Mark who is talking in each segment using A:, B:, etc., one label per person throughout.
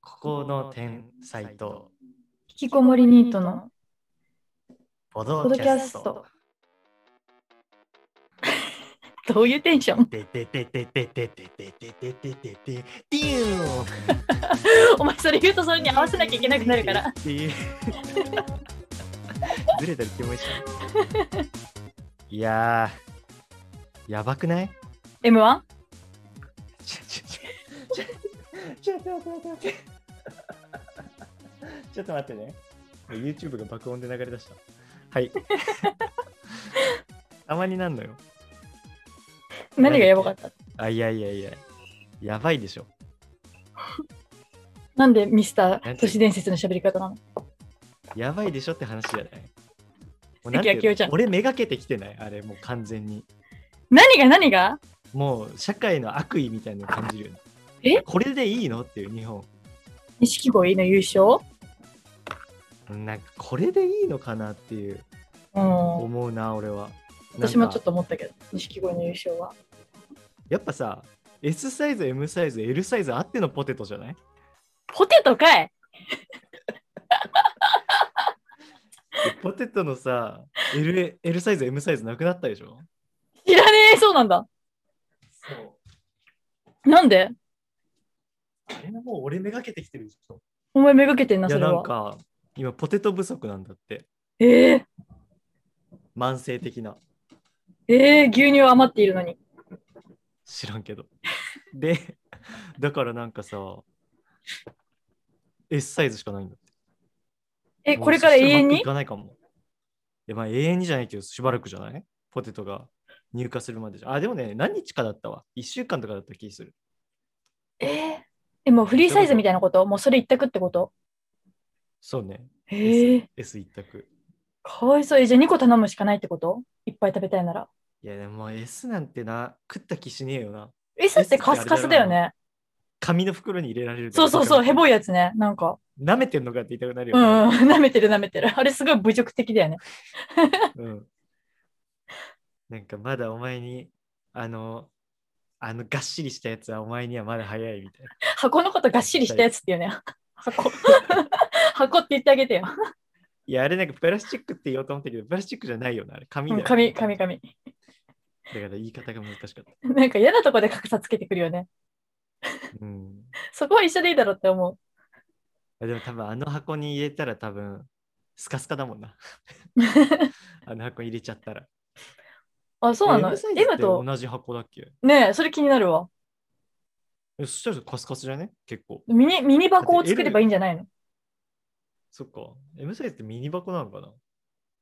A: 校の天才と
B: 引きこもりニートの
A: ポド
B: ポド
A: キ
B: キ
A: ャ
B: ャ
A: ス
B: ス
A: ト
B: ト。 どういうテンション
A: ででででででででででででででディーン
B: お前それ言うとそれに合わせなきゃいけなくなるから。
A: っていうずれたら気持ちいい。いやー、やばくない
B: M1?
A: ちょちょちょちょちょちょちょちょちょちょっと待ってね。YouTube が爆音で流れ出した。はい。たまになんのよ。
B: 何がやばかった
A: あ、いやいやいや。やばいでしょ。
B: なんでミスタ
A: なん
B: ー
A: て
B: 都市伝説の喋り方なの
A: やばいでしょって話じゃない。もう
B: 関
A: なんていうの
B: 明夫ちゃん
A: 俺めがけてきてないあれもう完全に。
B: 何が何が
A: もう社会の悪意みたいなのを感じるよね。
B: え
A: これでいいのっていう日本。
B: 錦鯉の優勝
A: なんかこれでいいのかなっていう
B: うん。
A: 思うな俺は。
B: 私もちょっ
A: と。
B: と思ったけど、錦鯉の優勝は。
A: やっぱさ S サイズ M サイズ L サイズあってのポテトじゃない
B: ポテトかい
A: でポテトのさ L, L サイズ M サイズなくなったでしょ
B: 知らねえ、そうなんだ。
A: そう。
B: なんで
A: あれはもう俺めがけてきてるでしょ。
B: お前めがけてんな、
A: い
B: そ
A: や
B: れ
A: なん
B: は。
A: か今ポテト不足なんだって。
B: ええ
A: 慢性的な。
B: ええ牛乳余っているのに。
A: 知らんけど。で、 だからなんかさ、S サイズしかないんだって。
B: え、
A: もう
B: これから
A: そし
B: 永
A: たう
B: 遠
A: まく
B: に
A: いかないかも。え、まあ永遠にじゃないけど、しばらくじゃないポテトが入荷するまでじゃ。あ、でもね、何日かだったわ。1週間とかだった気する。
B: えーえ、もうフリーサイズみたいなこともうそれ一択ってこと
A: そうね。
B: ええ
A: S 一択。
B: かわいそう。え、じゃあ2個頼むしかないってこといっぱい食べたいなら。
A: いや、でももう S なんてな、食った気しねえよな。
B: S ってカスカスだよね。
A: 紙の袋に入れられる
B: そうそうそう、ヘボ
A: い。
B: いやつね。なんか。
A: 舐めてんのかって言いたくなる
B: う
A: よね。
B: ん、うん、舐めてる舐めてる。あれすごい侮辱的だよね。
A: うんなんかまだお前に、あの、あのがっしりしたやつはお前にはまだ早いみたいな。
B: 箱のことがっしりしたやつって言うね。箱。 箱って言ってあげてよ。
A: いや、あれなんかプラスチックって言おうと思ったけど、プラスチックじゃないよな、あれ紙だよ、
B: 紙、紙、紙。
A: だから言い方が難しかった。
B: なんか嫌なとこで格差つけてくるよね。
A: うん。
B: そこは一緒でいいだろうって思う。
A: でも多分あの箱に入れたら多分、スカスカだもんな。 あの箱に入れちゃったら。
B: あ、そうな
A: え
B: の
A: M サイズ
B: ?M
A: って
B: と、
A: 同じ箱だっけ
B: ねえ、それ気になるわ。
A: えそしたらカスカスじゃね結構。
B: ミニ、ミニ箱を作ればいいんじゃないの
A: そっか。M サイズってミニ箱なのかな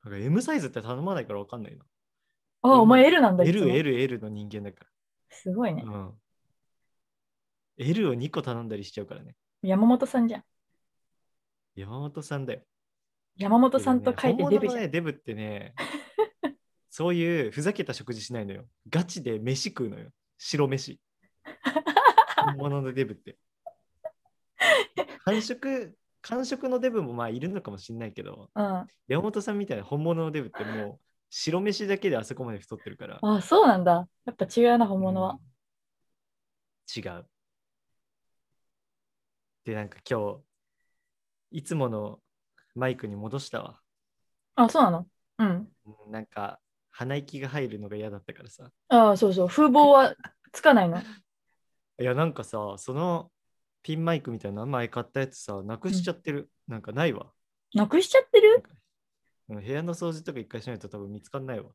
A: なんか ?M サイズって頼まないからわかんないな。
B: あ、お前 L なんだ。いつも
A: L、L、L の人間だから。
B: すごいね。
A: うん。L を2個頼んだりしちゃうからね。
B: 山本さんじゃん。
A: 山本さんだよ。
B: 山本さんと書いて
A: 本
B: デ
A: 物
B: ブ
A: の
B: じゃん。
A: ね、デブってね、 そういうふざけた食事しないのよ。ガチで飯食うのよ。白 飯。本物のデブって。完食、完食のデブもまあいるのかもしれないけど、
B: うん。
A: 山本さんみたいな本物のデブってもう白飯だけであそこまで太ってるから。
B: あ、そうなんだ。やっぱ違うな、本物は。
A: うん違う。で、なんか今日、いつものマイクに戻したわ。
B: あ、そうなのうん。
A: うんなんか、鼻息が入るのが嫌だったからさ。
B: あ、そうそう。風貌はつかないの。
A: いや、なんかさ、そのピンマイクみたいな前買ったやつさ、なくしちゃってる。なんかないわ。
B: なくしちゃってる
A: うん部屋の掃除とか一回しないと多分見つかんないわ。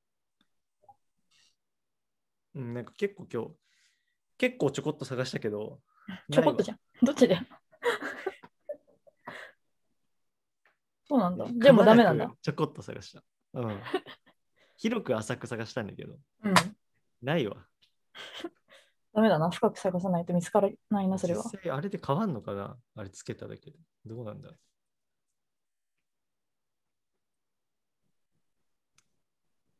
A: うん、なんか結構今日、結構ちょこっと探したけど、
B: ちょこっとじ
A: ゃ
B: ゃん。どっちだよ。 そうなんだ。
A: ん
B: でもダメなんだ。。
A: ちょこっと探した。うん。 広く浅く探したんだけど、
B: うん。
A: ないわ。
B: ダメだな。深く探さないと見つからないな、それは。
A: 実際あれで変わんのかなあれつけただけで。どうなんだろう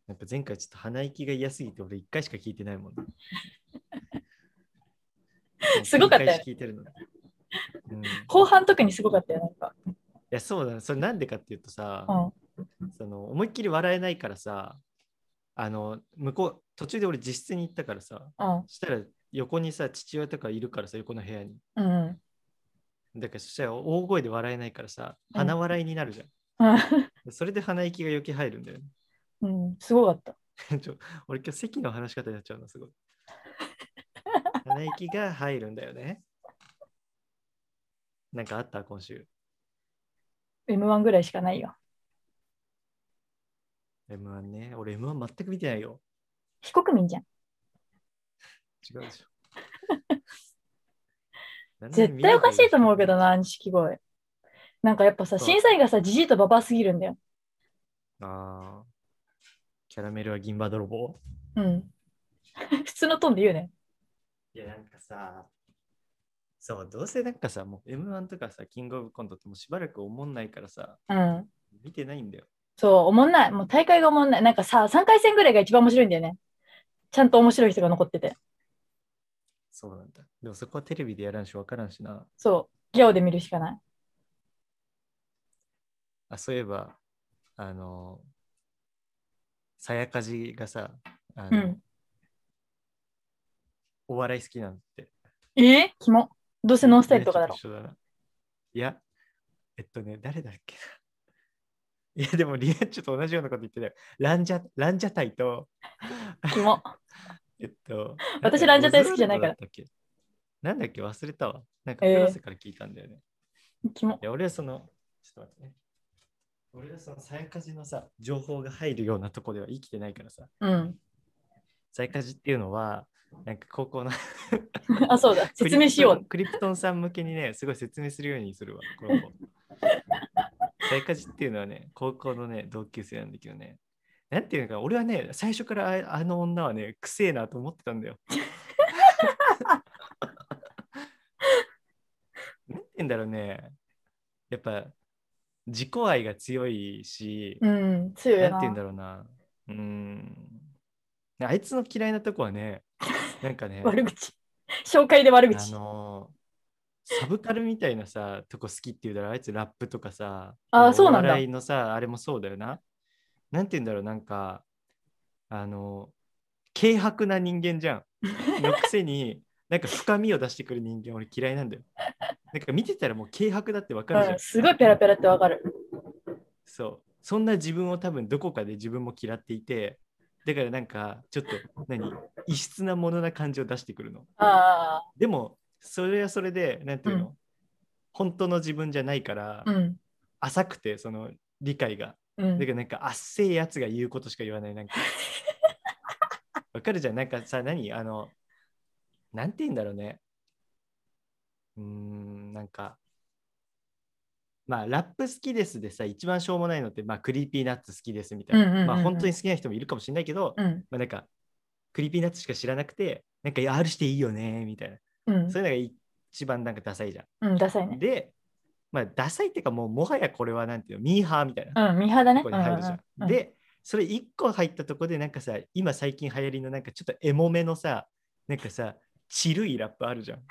A: なんか前回ちょっと鼻息が嫌すぎて俺一回しか聞いてないもん、ね。
B: すごかったよ
A: 繰り返し聞いてるの。うん、い
B: 後半特にすごかったよ、なんか。
A: やそうだね。それなんでかっていうとさ、
B: うん。
A: その思いっきり笑えないからさ、あの向こう途中で俺自室に行ったからさ、
B: うん
A: そしたら横にさ父親とかいるからさ横の部屋に。
B: うん。
A: だからそしたら大声で笑えないからさ、
B: うん
A: 鼻笑いになるじゃん。でそれで鼻息が余計入るんだよね。
B: うん、すごかった。
A: ちょ俺今日席の話し方になっちゃうな、 すごい。鼻息が入るんだよね。なんかあった今週。
B: M1 ぐらいしかないよ。
A: M1 ね。俺 M1 全く見てないよ。
B: 非国民じゃん。
A: 違うで しょ。なんで
B: 絶対おかしいと思うけどな、錦鯉。なんかやっぱさ、
A: そう
B: 審査員がさ、じじいとババアすぎるんだよ。
A: ああ。キャラメルは銀歯泥棒
B: うん。 普通のトーンで言うね。
A: いや、なんかさ、そう、どうせなんかさ、もう M1 とかさ、キングオブコントってもうしばらく思んないからさ、
B: うん。
A: 見てないんだよ。
B: そう、おもんない。もう大会がおもんない。なんかさ、3回戦ぐらいが一番面白いんだよね。ちゃんと面白い人が残ってて。
A: そうなんだ。でもそこはテレビでやらんしわからんしな。
B: そう、ギャオで見るしかない。
A: あ、そういえば、あの、さやかじがさ、あ
B: う
A: の
B: ん。
A: お笑い好きなんて。
B: えー、キモ。どうせノンスタイルとか だろ。
A: ちょっと一緒だないや、えっとね、誰だっけな。い や、でもリアちょっと同じようなこと言ってたよ。ランジャ、ランジャタイと、
B: キモ。
A: えっと、
B: 私
A: なんだっけ
B: ランジャタイ好きじゃないから。
A: オズワルドだったっけなんだっけ忘れたわ。なんか、
B: えー
A: 広瀬から聞いたんだよね。
B: キモ
A: い。や、俺はその、ちょっと待ってね。俺はそのさやかじのさ、情報が入るようなとこでは生きてないからさ。
B: うん。
A: さやかじっていうのは、なんか高校の
B: あ、そ うだ。説明しよう。
A: クリプトン。クリプトンさん向けにね、すごい説明するようにするわ。この 子さやかじっていうのはね、高校のね、同級生なんだけどね。なんていうのかな、俺はね、最初からああの女はね、くせえなと思ってたんだ よ。なんて言うんだろうね。やっぱ、自己愛が強いし、
B: うん。強いよ
A: なんて言
B: な。
A: うんだろうな。うーん。あいつの嫌いなとこはね、なんかね、
B: 悪口。紹介で悪
A: あ
B: 口。
A: のーサブカルみたいなさ、とこ好きって言うだろ、あいつラップとかさ、
B: あー
A: の
B: そうなんだ
A: お笑いのさ、あれもそうだよな。なんて言うんだろう、なんか、あの軽薄な人間じゃん。のくせ に、なんか深みを出してくる人間、俺嫌いなんだよ。なんか見てたらもう軽薄だってわかるじゃ
B: うんん、。すごいペラペラってわかる。
A: そう。そんな自分を多分どこかで自分も嫌っていて、だからなんかちょっと何異質なものな感じを出してくるの。
B: あ
A: でもそれはそれでなんていうの、本当の自分じゃないから、
B: あ。うん。
A: 浅くてその理解が。
B: う
A: だ
B: ん
A: か。らなんかあっせえやつが言うことしか言わないなん か。わかるじゃんなんかさ何あのなんて言うんだろうね。うーんなんか。まあ、ラップ好きですでさ一番しょうもないのって、まあ、クリーピーナッツ好きですみたいな、
B: うんうんうんうん
A: まあ本当に好きな人もいるかもしれないけど、
B: うん。
A: まあ、なんかクリーピーナッツしか知らなくてなんかいや R していいよねみたいな
B: うん
A: そういうのが一番なんかダサいじゃ
B: うん。ダサい
A: ん。
B: ね。
A: で、まあ、ダサいっていうかもうもはやこれはなんていうのミーハーみたいな
B: うん。ミーハーだね。
A: とこに入るじゃん。
B: うんうんうん、
A: でそれ1個入ったとこでなんかさ今最近流行りのなんかちょっとエモめのさなんかさチルいラップあるじゃん。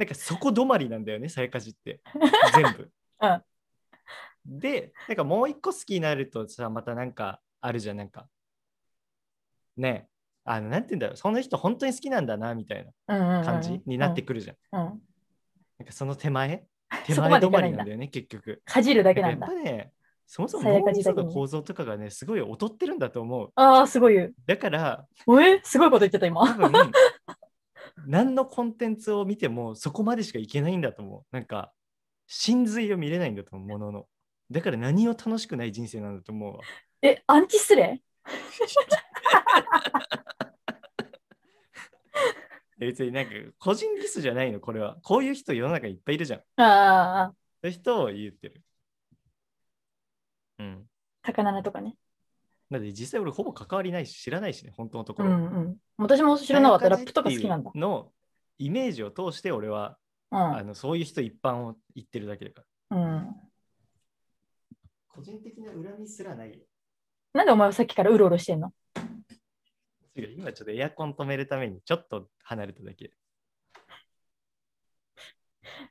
A: なんかそこ止まりなんだよねさやかじ って全部。
B: うん
A: でなんかもう1個好きになるとさまたなんかあるじゃんなんかねえあのなんて言うんだろうその人本当に好きなんだなみたいな感
B: 感
A: じになってくるじゃん。
B: うん。
A: なんかその手前手
B: そこ
A: 前
B: まで
A: 止
B: いか
A: ま
B: ない
A: りな
B: んだ
A: んだよね、結局。
B: かじるだけなん
A: や
B: だ
A: っ。ぱね、そもそ
B: さ
A: も
B: や
A: 脳
B: か
A: み
B: じ
A: そ
B: だけに
A: の構造とかがね、すごい劣ってるんだと思う。
B: ああ、すごい言う。
A: だから、
B: えすごいこと言ってた
A: 多
B: 今。
A: 分何のコンテンツを見てもそこまでしかいけないんだと思う。なんか、真髄を見れないんだと思う、ものの。だから何を楽しくない人生なんだと思うわ。
B: え、アンチ失礼
A: 別になんか、個人リスじゃないの、これは。こういう人世の中にいっぱいいるじゃん。そ
B: ああ、
A: ういう人を言ってる。うん。
B: 高菜とかね。
A: だって実際俺ほぼ関わりないし、知らないしね、本当のとこ
B: う
A: ろ。
B: んうん。私も知らなかった。ラップとか好きな
A: さやか
B: んだ
A: じって。いうのイメージを通して俺は、あのそういう人一般を言ってるだけだから。
B: うん。うん。
A: 個人的な恨みすらないよ。
B: なんでお前はさっきからうろうろしてんの
A: 違う今ちょっとエアコン止めるためにちょっと離れただけ。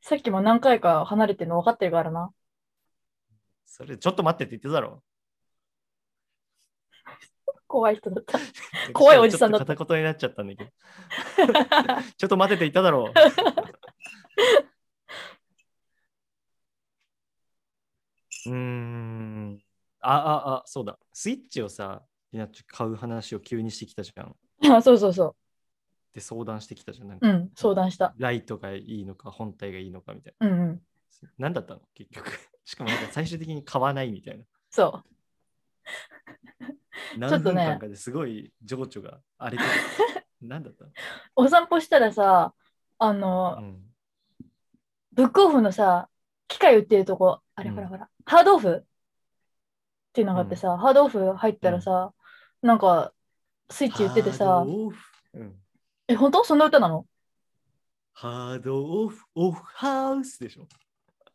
B: さっきも何回か離れてるの分かってるからな。
A: それちょっと待ってって言ってただろ。
B: 怖い人だった。 怖いおじさんだ
A: ち
B: っ
A: ょ
B: た
A: っと片 言になっちゃったんだけど。ちょっと待ってって言っただろう。 あああそうだスイッチをさリナッチ買う話を急にしてきたじゃん
B: あそうそうそ
A: で相談してきたじゃんなん
B: う。
A: か、
B: うん、相談した。
A: ライトがいいのか本体がいいのかみたい
B: うんうん。
A: な何だったの結局 しかもなんか最終的に買わないみたいな
B: そ
A: 何
B: ちょっと
A: 分
B: ね
A: 間かですごい情緒が荒れてる何だったの
B: う。お散歩したらさ、あ
A: う
B: の、
A: ん
B: ブックオフのさ、機械売ってるとこ、あれ
A: うん
B: ほらほら、ハードオフっていうのがあってさ、ハードオフ入ったらさ、なんか、スイッチ売ってて
A: ハ
B: さ
A: ー、ドオフ、うん、
B: え、本当そんな歌なの
A: ハードオフオフハウスでしょ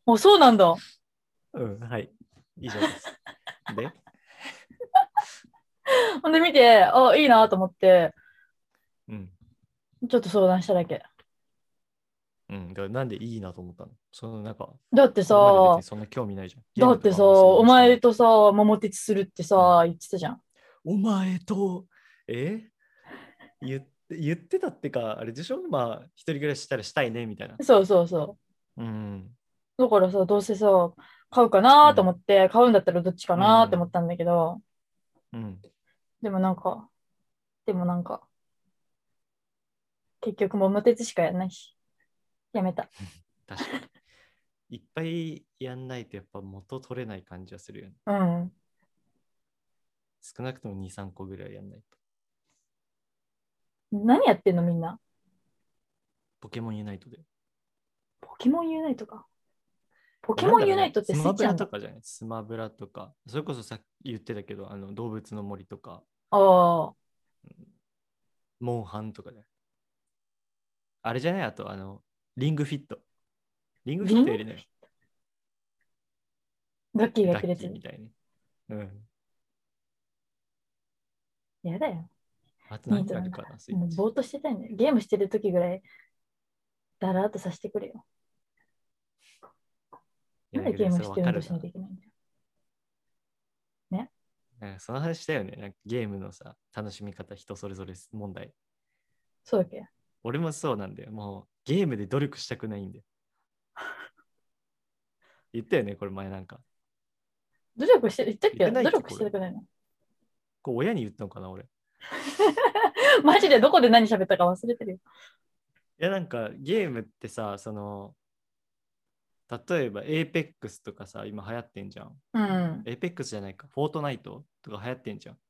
B: お、そうなんだ。
A: うんはい以上です で
B: ほんで見て、あ、いいなと思って、
A: うん
B: ちょっと相談しただけ。
A: うん、だからなんでいいなと思ったのそのなんか
B: だって
A: 今まで別
B: さ
A: に、そんな興味ないじゃん。ゲー
B: だ
A: ム
B: っ
A: と
B: て
A: か
B: さ、
A: も
B: お
A: そんな
B: 前
A: に
B: とさ、桃鉄するってさ、言ってたじゃん。
A: お前と、え言って言ってたってか、あれでしょまあ、一人暮らししたらしたいねみたいな。
B: そうそうそ
A: うん。
B: う。だからさ、どうせさ、買うかなと思って、買うんだったらどっちかなって思ったんだけど、
A: うん。
B: でもなんか、でもなんか、結局桃鉄しかやんないし、やめた。
A: 確かに。いっぱいやんないとやっぱ元取れない感じはするよね。
B: うん。
A: 少なくとも2、3個ぐらいやんないと。
B: 何やってんのみんな。
A: ポケモンユナイトで。
B: ポケモンユナイトか。ポケモンユナイトってスイ
A: なんだ
B: ッ
A: ろう
B: チな
A: ね
B: ん
A: スマブラと
B: だ。
A: かじゃないスマブラとか。それこそさっき言ってたけど、あの動物の森とか、
B: ああ、
A: モンハンとかじゃないあれじゃないあと、あの、リングフィット。リングフィットよりね。
B: ドッキーが
A: ラ
B: くれ
A: ッ
B: て
A: キーみ
B: る。
A: たいな。うん。
B: やだよ。
A: あと何があるかな、スイ
B: も
A: ッ
B: う
A: チ。
B: ぼーっとしてたいんだよ。ゲームしてる時ぐらい、だらーっとさせてくれよ。
A: い
B: な
A: や
B: んでゲームして運動し
A: それわか
B: なきゃいけないんだよ。
A: ななんかその話だよね。なんかゲームのさ、楽しみ方、人それぞれ問題。
B: そうだっけ
A: 俺もそうなんだよ。もうゲームで努力したくない んだよ。言ったよね、これ前なんか。
B: 努力してる、言ったっ
A: 言
B: け
A: ってない
B: 努
A: っけ
B: 力してるくないの。
A: こう親に言ったのかな、俺。い
B: マジでどこで何喋ったか忘れてるよ。
A: や、なんかゲームってさ、その、例えば APEX とかさ、今流行ってんじゃん。
B: うん。
A: APEX じゃないか、フォートナイトとか流行ってんじゃん。
B: フ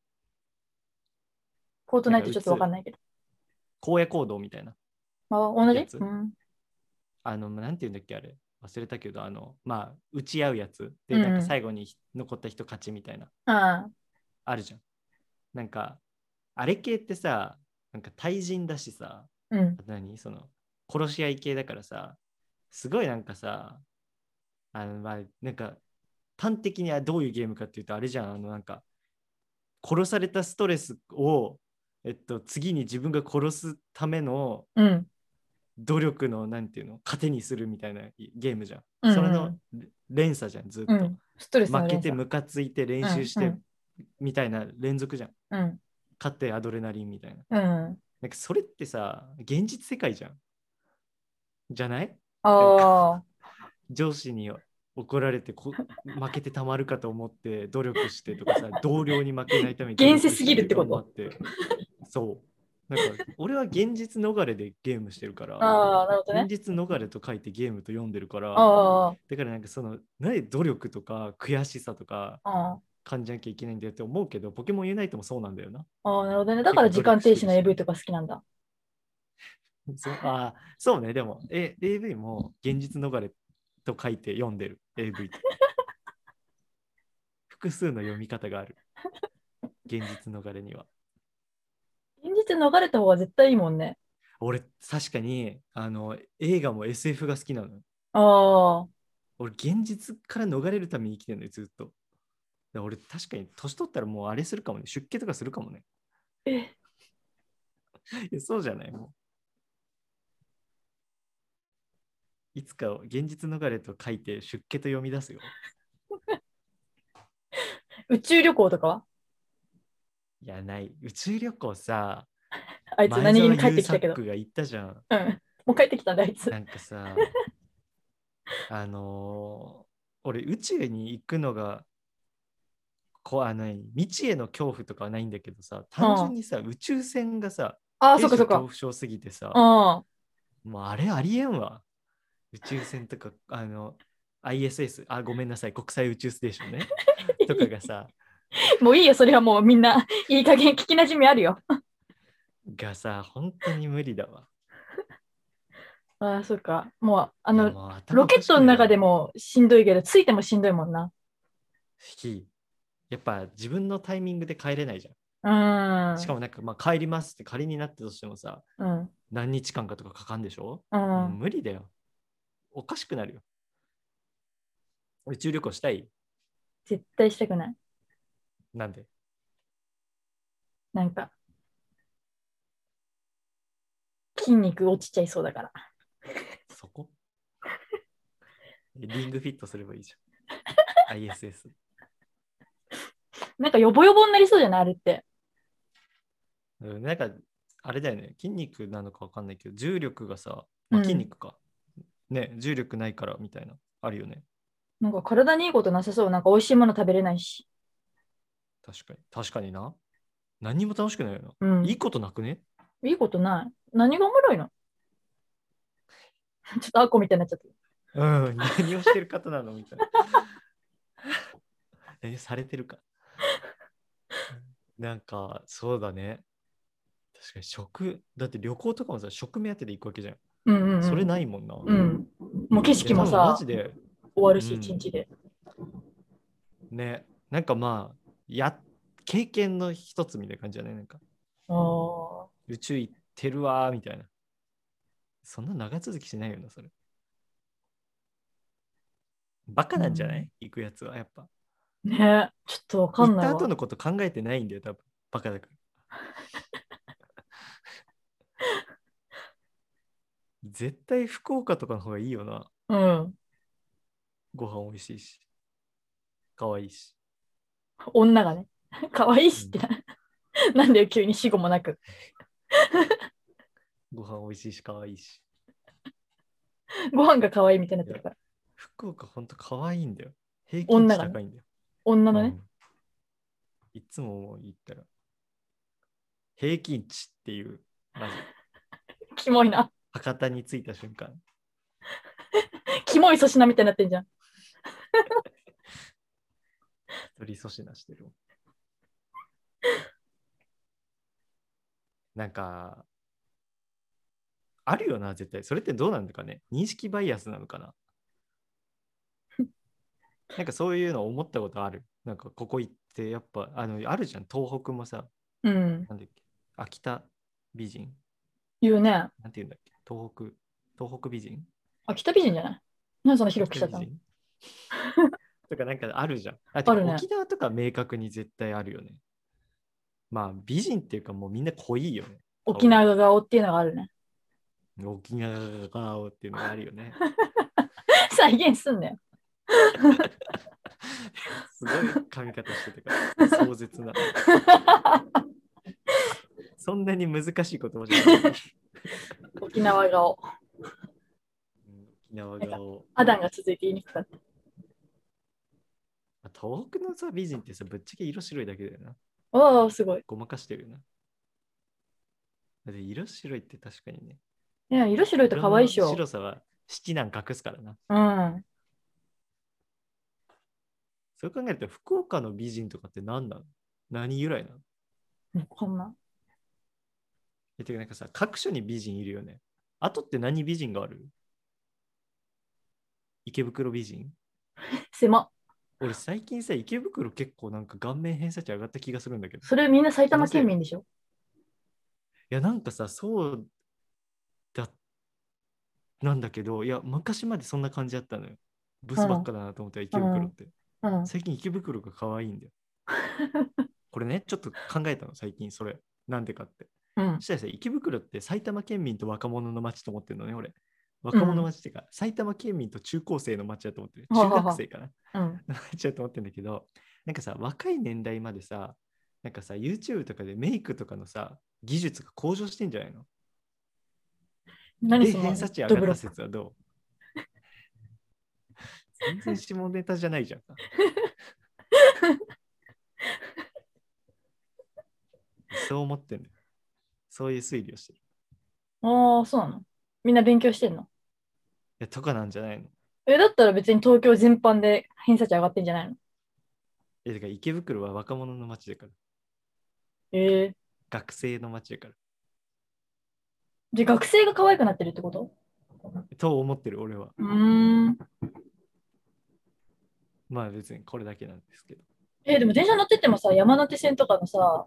B: ォートナイトちょっとわかんないけど。
A: 荒野行動みたいな。
B: あ、同じ
A: やつ
B: うん。
A: あの、なんていうんだっけ、あれ。忘れたけど、あの、まあ、打ち合うやつ。で、
B: うんうん
A: なんか最後に残った人勝ちみたいな、
B: あ
A: あるじゃん。なんか、あれ系ってさ、なんか対人だしさ、
B: ーうん。
A: あと何その、殺し合い系だからさ、すごいなんかさ、あの、まあ、なんか、端的にはどういうゲームかっていうと、あれじゃん、あの、なんか、殺されたストレスを、えっと、次に自分が殺すための
B: うん。
A: 努力のなんていうの糧にするみたいなゲームじゃん。
B: うんうん
A: それのれ連鎖じゃんずっと、
B: うん。ストレスの
A: 負け
B: 連
A: て
B: 鎖
A: ムカついて練習し
B: う
A: て
B: ん
A: みたいな連続じゃん。
B: うん。
A: 勝ってアドレナリンみたいな。
B: うん。
A: なんかそれってさ現実世界じゃん。じゃない
B: ああ。
A: 上司に怒られて こ負けてたまるかと思って努力してとかさ同僚に負けないために
B: 現世すぎるってこと
A: 努力して頑張ってそうなんか俺は現実逃れでゲームしてるから
B: ああ、なるほどね
A: 現。実逃れと書いてゲームと読んでるから
B: あ
A: だからなんかその何で努力とか悔しさとか
B: あ。あ
A: 感じなきゃいけないんだよって思うけどポケモンユナイトもそうなんだよな。
B: あー、なるほどね。だから時間停止の AV とか好きなんだ。
A: そうあーそうねでもえ AV も現実逃れと書いて読んでる AV と。複数の読み方がある。現実逃れには。
B: 現実逃れた方が絶対いいもんね。
A: 俺確かにあの映画も SF が好きなの。
B: ああ。
A: 俺現実から逃れるために生きてるのよずっと。だから俺確かに年取ったらもうあれするかもね出家とかするかもね。
B: え、
A: いやそうじゃないもう。いつか現実逃れと書いて出家と読み出すよ。
B: 宇宙旅行とかはい
A: や、ない。宇宙旅行さ、
B: あいつ何気に帰ってきた
A: 前澤友
B: けど。
A: 作が言ったじゃ ん。
B: うん。もう帰ってきたんだ、あいつ。
A: なんかさ、あのー俺宇宙に行くのがこはない未知への恐怖とかはないんだけどさ単純にさ、宇宙船がさ
B: ああ、
A: そ
B: そっかそ
A: 恐
B: っか。
A: 怖症すぎてさ、
B: うん。
A: もうあれありえんわ宇宙船とかあの ISS あごめんなさい国際宇宙ステーションねとかがさ
B: もういいよ、それはもうみんな、いい加減聞きなじみあるよ。
A: がさ本当に無理だわ
B: ああ、そっか。もう、あ
A: いや
B: の、
A: もう頭
B: ロ
A: おか
B: ケッ
A: しくな
B: ト
A: る
B: の中でもしんどいけど、ついてもしんどいもんな。
A: 引きやっぱ自分のタイミングで帰れないじ
B: う
A: ゃ
B: ー
A: ん
B: ん。
A: しかもなんかまあ帰りますって仮になったとしてもさ
B: うん。
A: 何日間かとかかかんでしょ、
B: う。
A: もうん無理だよおかしくなるよ宇宙旅行したい
B: 絶対したくない。
A: なんで
B: なんか、筋肉落ちちゃいそうだから。
A: そ こリングフィットすればいいじゃん ISS
B: なんか、ヨボヨボになりそうじゃないあれって。
A: うんなんか、あれだよね、筋肉なのかわかんないけど、重力がさ、
B: う
A: まあ、
B: ん
A: 筋肉か、ね、重力ないからみたいな、あるよね。
B: なんか、体にいいことなさそう。なんか、美味しいもの食べれないし。
A: 確かに。確かにな。何にも楽しくないよな。
B: うん。
A: いいことなくね
B: いいことない。何がおもろいの ちょっとアッコみたいになっちゃった。
A: うん、何をしてる方なのみたいな。 え、されてるか。なんか、そうだね。確かに食、だって旅行とかもさ、食目当てで行くわけじゃん。
B: うんうん、うん。
A: それないもんな。
B: うん。もう景色も
A: いや多分
B: さ
A: マ、ジで
B: 終わる
A: う
B: し、
A: ん
B: 一日で。
A: ね、なんかまあ、や、経験の一つみたいな感じじゃないなんか、
B: あー
A: 宇宙行ってるわーみたいな。そんな長続きしないよな、それ。バカなんじゃない、
B: う
A: 行くやつは、やっぱ。
B: ねちょっとわか
A: 行
B: ん
A: っ
B: ない
A: た
B: わ
A: 後。のこと考えてないんだよ、多分。バカだから。 絶対福岡とかの方がいいよな。
B: うん。
A: ご飯美味しいし。可愛いし。
B: 女がね、 可愛いしってな。 なんで急に死後もなく。
A: ご飯美味しいし、可愛いし。
B: ご飯が可愛いみたいになってるから。
A: 福岡ほんと可愛いんだよ。平均値
B: 女がね
A: 高いんだよ。
B: 女のね。
A: うんいつも思う言ったら。平均値っていう、マジ
B: キモいな。
A: 博多に着いた瞬間。
B: キモい粗品みたいになってんじゃん。
A: 一人粗品してる。 なんか、あるよな、絶対。それってどうなんだかね。認識バイアスなのかな。なんかそういうの思ったことある。なんかここ行って、やっぱ、あの、あるじゃん、東北もさ、
B: うん。
A: なんだっけ、秋田美人、
B: 言うね。
A: なんて言うんだっけ、東北、東北美人
B: 秋田美人じゃないなんでそんな広くしちゃったの
A: 北美人 とかなんかあるじゃん。あてか
B: あるね
A: 沖縄とか明確に絶対あるよね。まあ美人っていうかもうみんな濃いよね。
B: 沖縄顔っていうのがあるね。
A: 沖縄顔っていうのがあるよ ね。
B: 再現すんなよ。
A: すごい髪型してたから壮絶 な。そんなに難しい言葉じゃない。
B: 沖縄顔。
A: うん沖縄顔。
B: アダンが続いて言いにくかった。
A: 東北のさ美人ってさぶっちゃけ色白いだけだよな。
B: おお、すごい。
A: ごまかしてるよな。だって色白いって確かにね。
B: いや、色白いと可愛いっしょ。
A: 白さは七難隠すからな。
B: うん。
A: そう考えると、福岡の美人とかって何なの何由来なの
B: こんな。
A: えてかなんかさ、各所に美人いるよね。あとって何美人がある池袋美人
B: 狭っ。
A: 俺最近さ、池袋結構なんか顔面偏差値上がった気がするんだけど。い
B: それみんな埼玉県民でしょ
A: や、なんかさ、そうだ、なんだけど、いや、昔までそんな感じだったのよ。ブスばっかだなと思ったら池袋って。
B: うん。
A: 最近池袋が可愛いん だよ。これね、ちょっと考えたの、最近それ。なんでかって。
B: うん
A: そ。したらさ、池袋って埼玉県民と若者の街と思ってるのね、俺。若者の街っていうか、埼玉県民と中高生の街だと思ってる。
B: はあ
A: 中
B: はあ
A: 学生かな
B: うん。
A: の街だと思ってるんだけど、なんかさ、若い年代までさ、なんかさ、YouTube とかでメイクとかのさ、技術が向上してんじゃないの
B: 何
A: で、
B: その
A: 偏差値上
B: ドブ
A: がっ
B: ロ
A: た
B: ック
A: 説はどう全然下ネタじゃないじゃん。そう思ってんのよそういう推理をしてる。い
B: ああ、そうなの。みんな勉強してんの。
A: や、とかなんじゃないの
B: え、だったら別に東京全般で偏差値上がってんじゃないの
A: いや、だから池袋は若者の街だから、
B: ええ
A: 学生の街だから。
B: で、学生が可愛くなってるってこと
A: と思ってる俺は。
B: うーん。
A: まあ別にこれだけなんですけど。
B: えでも電車乗っててもさ、山手線とかのさ、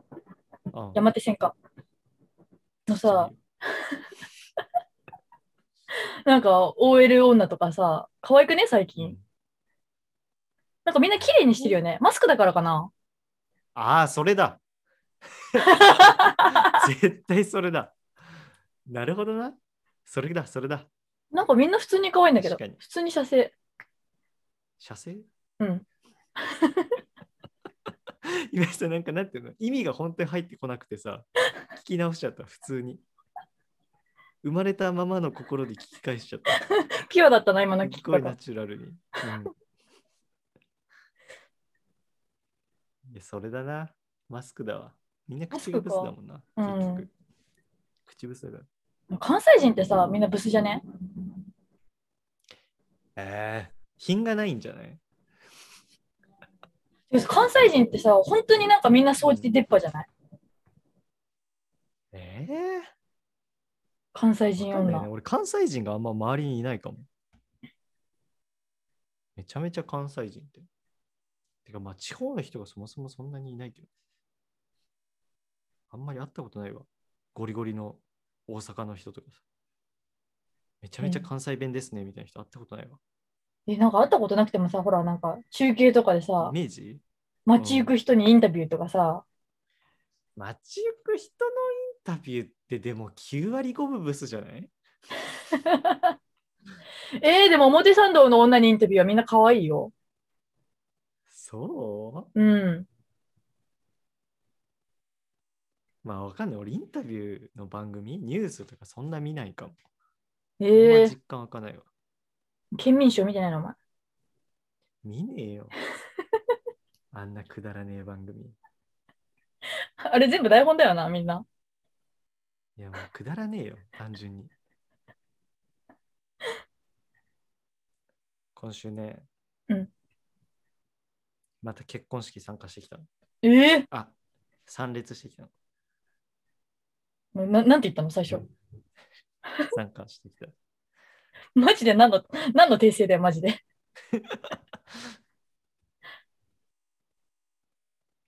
A: あ
B: 山手線か。のさ、なんか OL 女とかさ、可愛くね最近。なんかみんな綺麗にしてるよね。マスクだからかな。
A: ああ、それ だ絶対それだ。なるほどな。それだ、それだ。
B: なんかみんな普通に可愛いんだけど、
A: 確かに
B: 普通に写生。
A: 射精
B: うん。
A: 今さ、なんかなんていうの意味が本当に入ってこなくてさ、聞き直しちゃった、普通に。生まれたままの心で聞き返しちゃった。
B: ピュアだったな、今の聞
A: す
B: こ
A: ご
B: え
A: いナ
B: た。
A: チュラルに。うんいや、それだな。マスクだわ。みんな口がブスだもんな。
B: マ
A: 結局
B: スクかうん
A: 口ブスだ。
B: 関西人ってさ、みんなブスじゃね
A: ええ品がないんじゃない
B: でも関西人ってさ、本当になんかみんな掃除で出っ歯じゃない
A: え
B: 関西
A: え
B: 人
A: わかんないね。
B: 女。
A: 俺、関西人があんま周りにいないかも。めちゃめちゃ関西人って。てか、まあ、地方の人がそもそもそんなにいないけど。あんまり会ったことないわ。ゴリゴリの大阪の人とかさ。めちゃめちゃ関西弁ですね、みたいな人会ったことないわ。
B: え、なんか会ったことなくてもさ、ほら、なんか中継とかでさ
A: イ、メージ
B: 街行く人にインタビューとかさ、
A: 街行く人のインタビューってでも9割5分ブスじゃない
B: えー、でも表参道の女にインタビューはみんな可愛いよ。
A: そう
B: うん。
A: まあわかんない。俺インタビューの番組、ニュースとかそんな見ないかも。
B: え
A: あんま
B: ー、
A: 実感わかんないわ。
B: 県民賞見てないのお前。
A: 見ねえよ。あんなくだらねえ番組。
B: あれ全部台本だよな、みんな。
A: いやもうくだらねえよ、単純に。今週ね、
B: うん
A: また結婚式参加してきたの。
B: えー、
A: あ、参列してきた の。
B: ななんて言ったの、最初。
A: 参加してきた。
B: マジで何の、何の訂正だよ、マジで。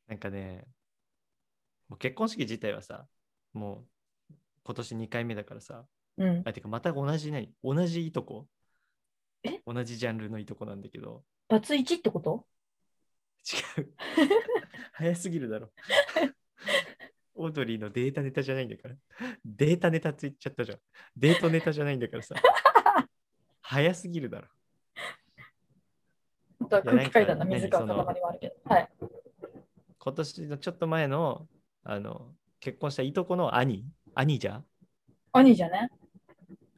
A: なんかね、もう結婚式自体はさ、もう今年2回目だからさ、
B: うん。
A: あ、てかまた同じね、同じいとこ
B: え
A: 同じジャンルのいとこなんだけど、
B: バツイチってこと
A: 違う。早すぎるだろ。オードリーのデータネタじゃないんだから。データネタって言っちゃったじゃん。デートネタじゃないんだからさ。早すぎるだろ。
B: 本当は空気階段の
A: いやな
B: 水
A: んか
B: 川かたまりはあるけど。はい。
A: 今年のちょっと前の、あの、結婚したいとこの兄、兄者
B: 兄じゃね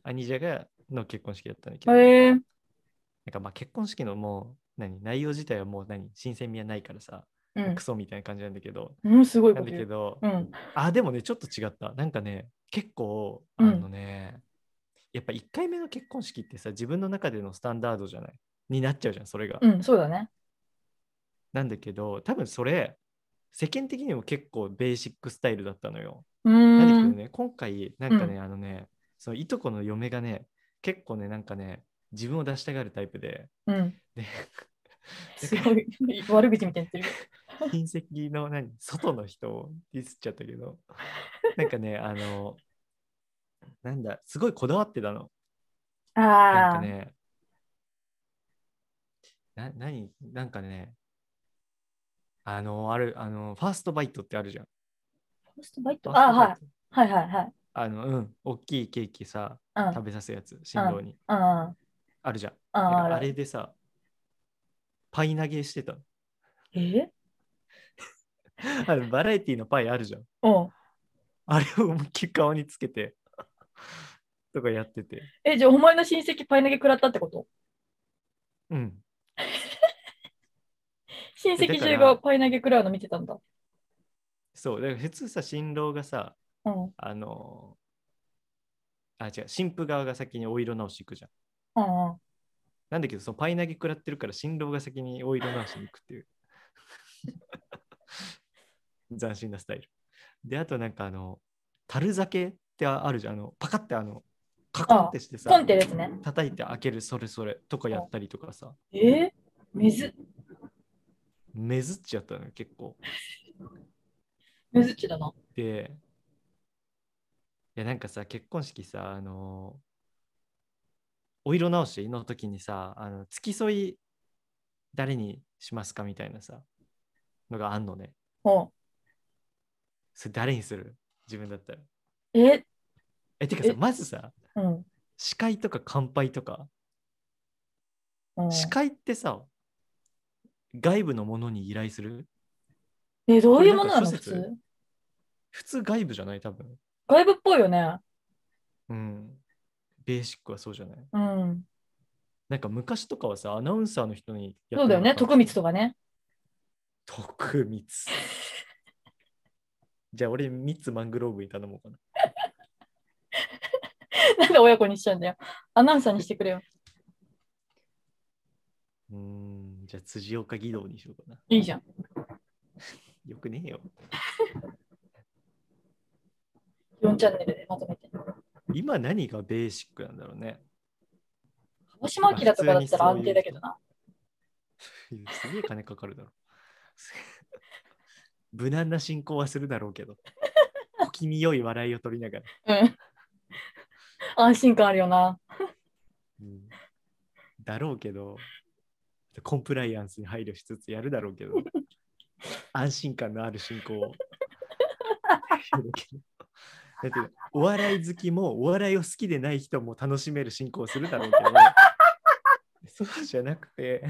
A: 兄者がの結婚式だったんだけど、
B: えー、
A: なんかまあ結婚式のもう、何、内容自体はもう何、新鮮味はないからさ、
B: うん
A: ク。ソみたいな感じなんだけど、
B: うん、すごい
A: な
B: こ
A: ん
B: と
A: だけ
B: 言う。
A: ど、
B: うん。
A: あ、でもね、ちょっと違った。なんかね、結構、あ
B: うん
A: のね、やっぱ1回目の結婚式ってさ、自分の中でのスタンダードじゃないになっちゃうじゃん、それが。
B: うん、そうだね。
A: なんだけど、多分それ、世間的にも結構ベーシックスタイルだったのよ。
B: うー
A: なんだけど
B: ん。
A: ね、今回、なんかね、あのね、そのいとこの嫁がね、結構ね、なんかね、自分を出したがるタイプで、
B: うん。
A: で
B: すごい。 悪口みたいに言ってる。
A: 親戚の何外の人をディスっちゃったけどなんかねあのなんだすごいこだわってたのなん
B: あ
A: か
B: あ、
A: ねな何なんかねあのあるあのファーストバイトってあるじゃん
B: ファーストバイト。
A: ファース
B: ああ、
A: トバイ
B: はい
A: ト。
B: はいはいはい。
A: あのうん大きいケーキさ
B: うん。
A: 食べさせるやつ新郎に
B: うん。うん
A: あるじゃんなんか
B: あ
A: あ
B: る
A: れでさパイ投げしてたの
B: えー
A: あのバラエティのパイあるじゃん
B: うん。
A: あれを思いっきり顔につけてとかやってて
B: え、じゃあ、お前の親戚パイ投げ食らったってこと
A: うん
B: 親戚
A: えだ
B: 中
A: から
B: がパイ投げ食らうの見てたんだ。
A: そう、だから普通さ、新郎がさ、
B: うん。
A: あのー、あ、違う、新婦側が先にお色直し行くじゃん。
B: うんうん。
A: なんだけど、そのパイ投げ食らってるから、新郎が先にお色直しに行くっていう。 斬新なスタイル。で、あとなんかあの、樽酒ってあるじゃん。あの、パカってあの、カコンってしてさ、
B: コンってですね。
A: 叩いて開けるそれそれとかやったりとかさ、
B: え水、
A: 目ずっちやったのよ、結構。
B: 水っちだな。
A: で、いやなんかさ、結婚式さ、あのーお色直しの時にさ、あの付き添い誰にしますかみたいなさ、のがあんのね。
B: うん。
A: それ誰にする自分だったら。
B: え
A: え、てかさ
B: え、
A: まずさ、
B: うん。
A: 司会とか乾杯とか、
B: うん、
A: 司会ってさ、外部のものに依頼する
B: え、どういうものなの
A: これなんか諸
B: 普
A: 説
B: 通
A: 普通外部じゃない多分。
B: 外部っぽいよね。
A: うん。ベーシックはそうじゃない
B: うん。
A: なんか昔とかはさ、アナウンサーの人にや
B: そうだよね。徳光と
A: か。
B: かね。
A: 徳光。じゃあ俺、三つマングローブに頼もうかな。
B: なんで親子にしちゃうんだよ。アナウンサーにしてくれよ。
A: うーん、じゃあ辻岡義堂にしようかな。
B: いいじゃん。
A: よくねえよ。
B: 4チャンネルでまとめて。
A: 今何がベーシックなんだろうね。
B: 鹿児島明とかだったら安定だけどな。
A: すげえ金かかるだろ。 無難な進行はするだろうけど。小気味良い笑いを取りながら。
B: うん。 安心感あるよな。
A: うんだろうけど、コンプライアンスに配慮しつつやるだろう けど、安心感のある進行を。 だってお笑い好きもお笑いを好きでない人も楽しめる進行をするだろうけど、そうじゃなくて、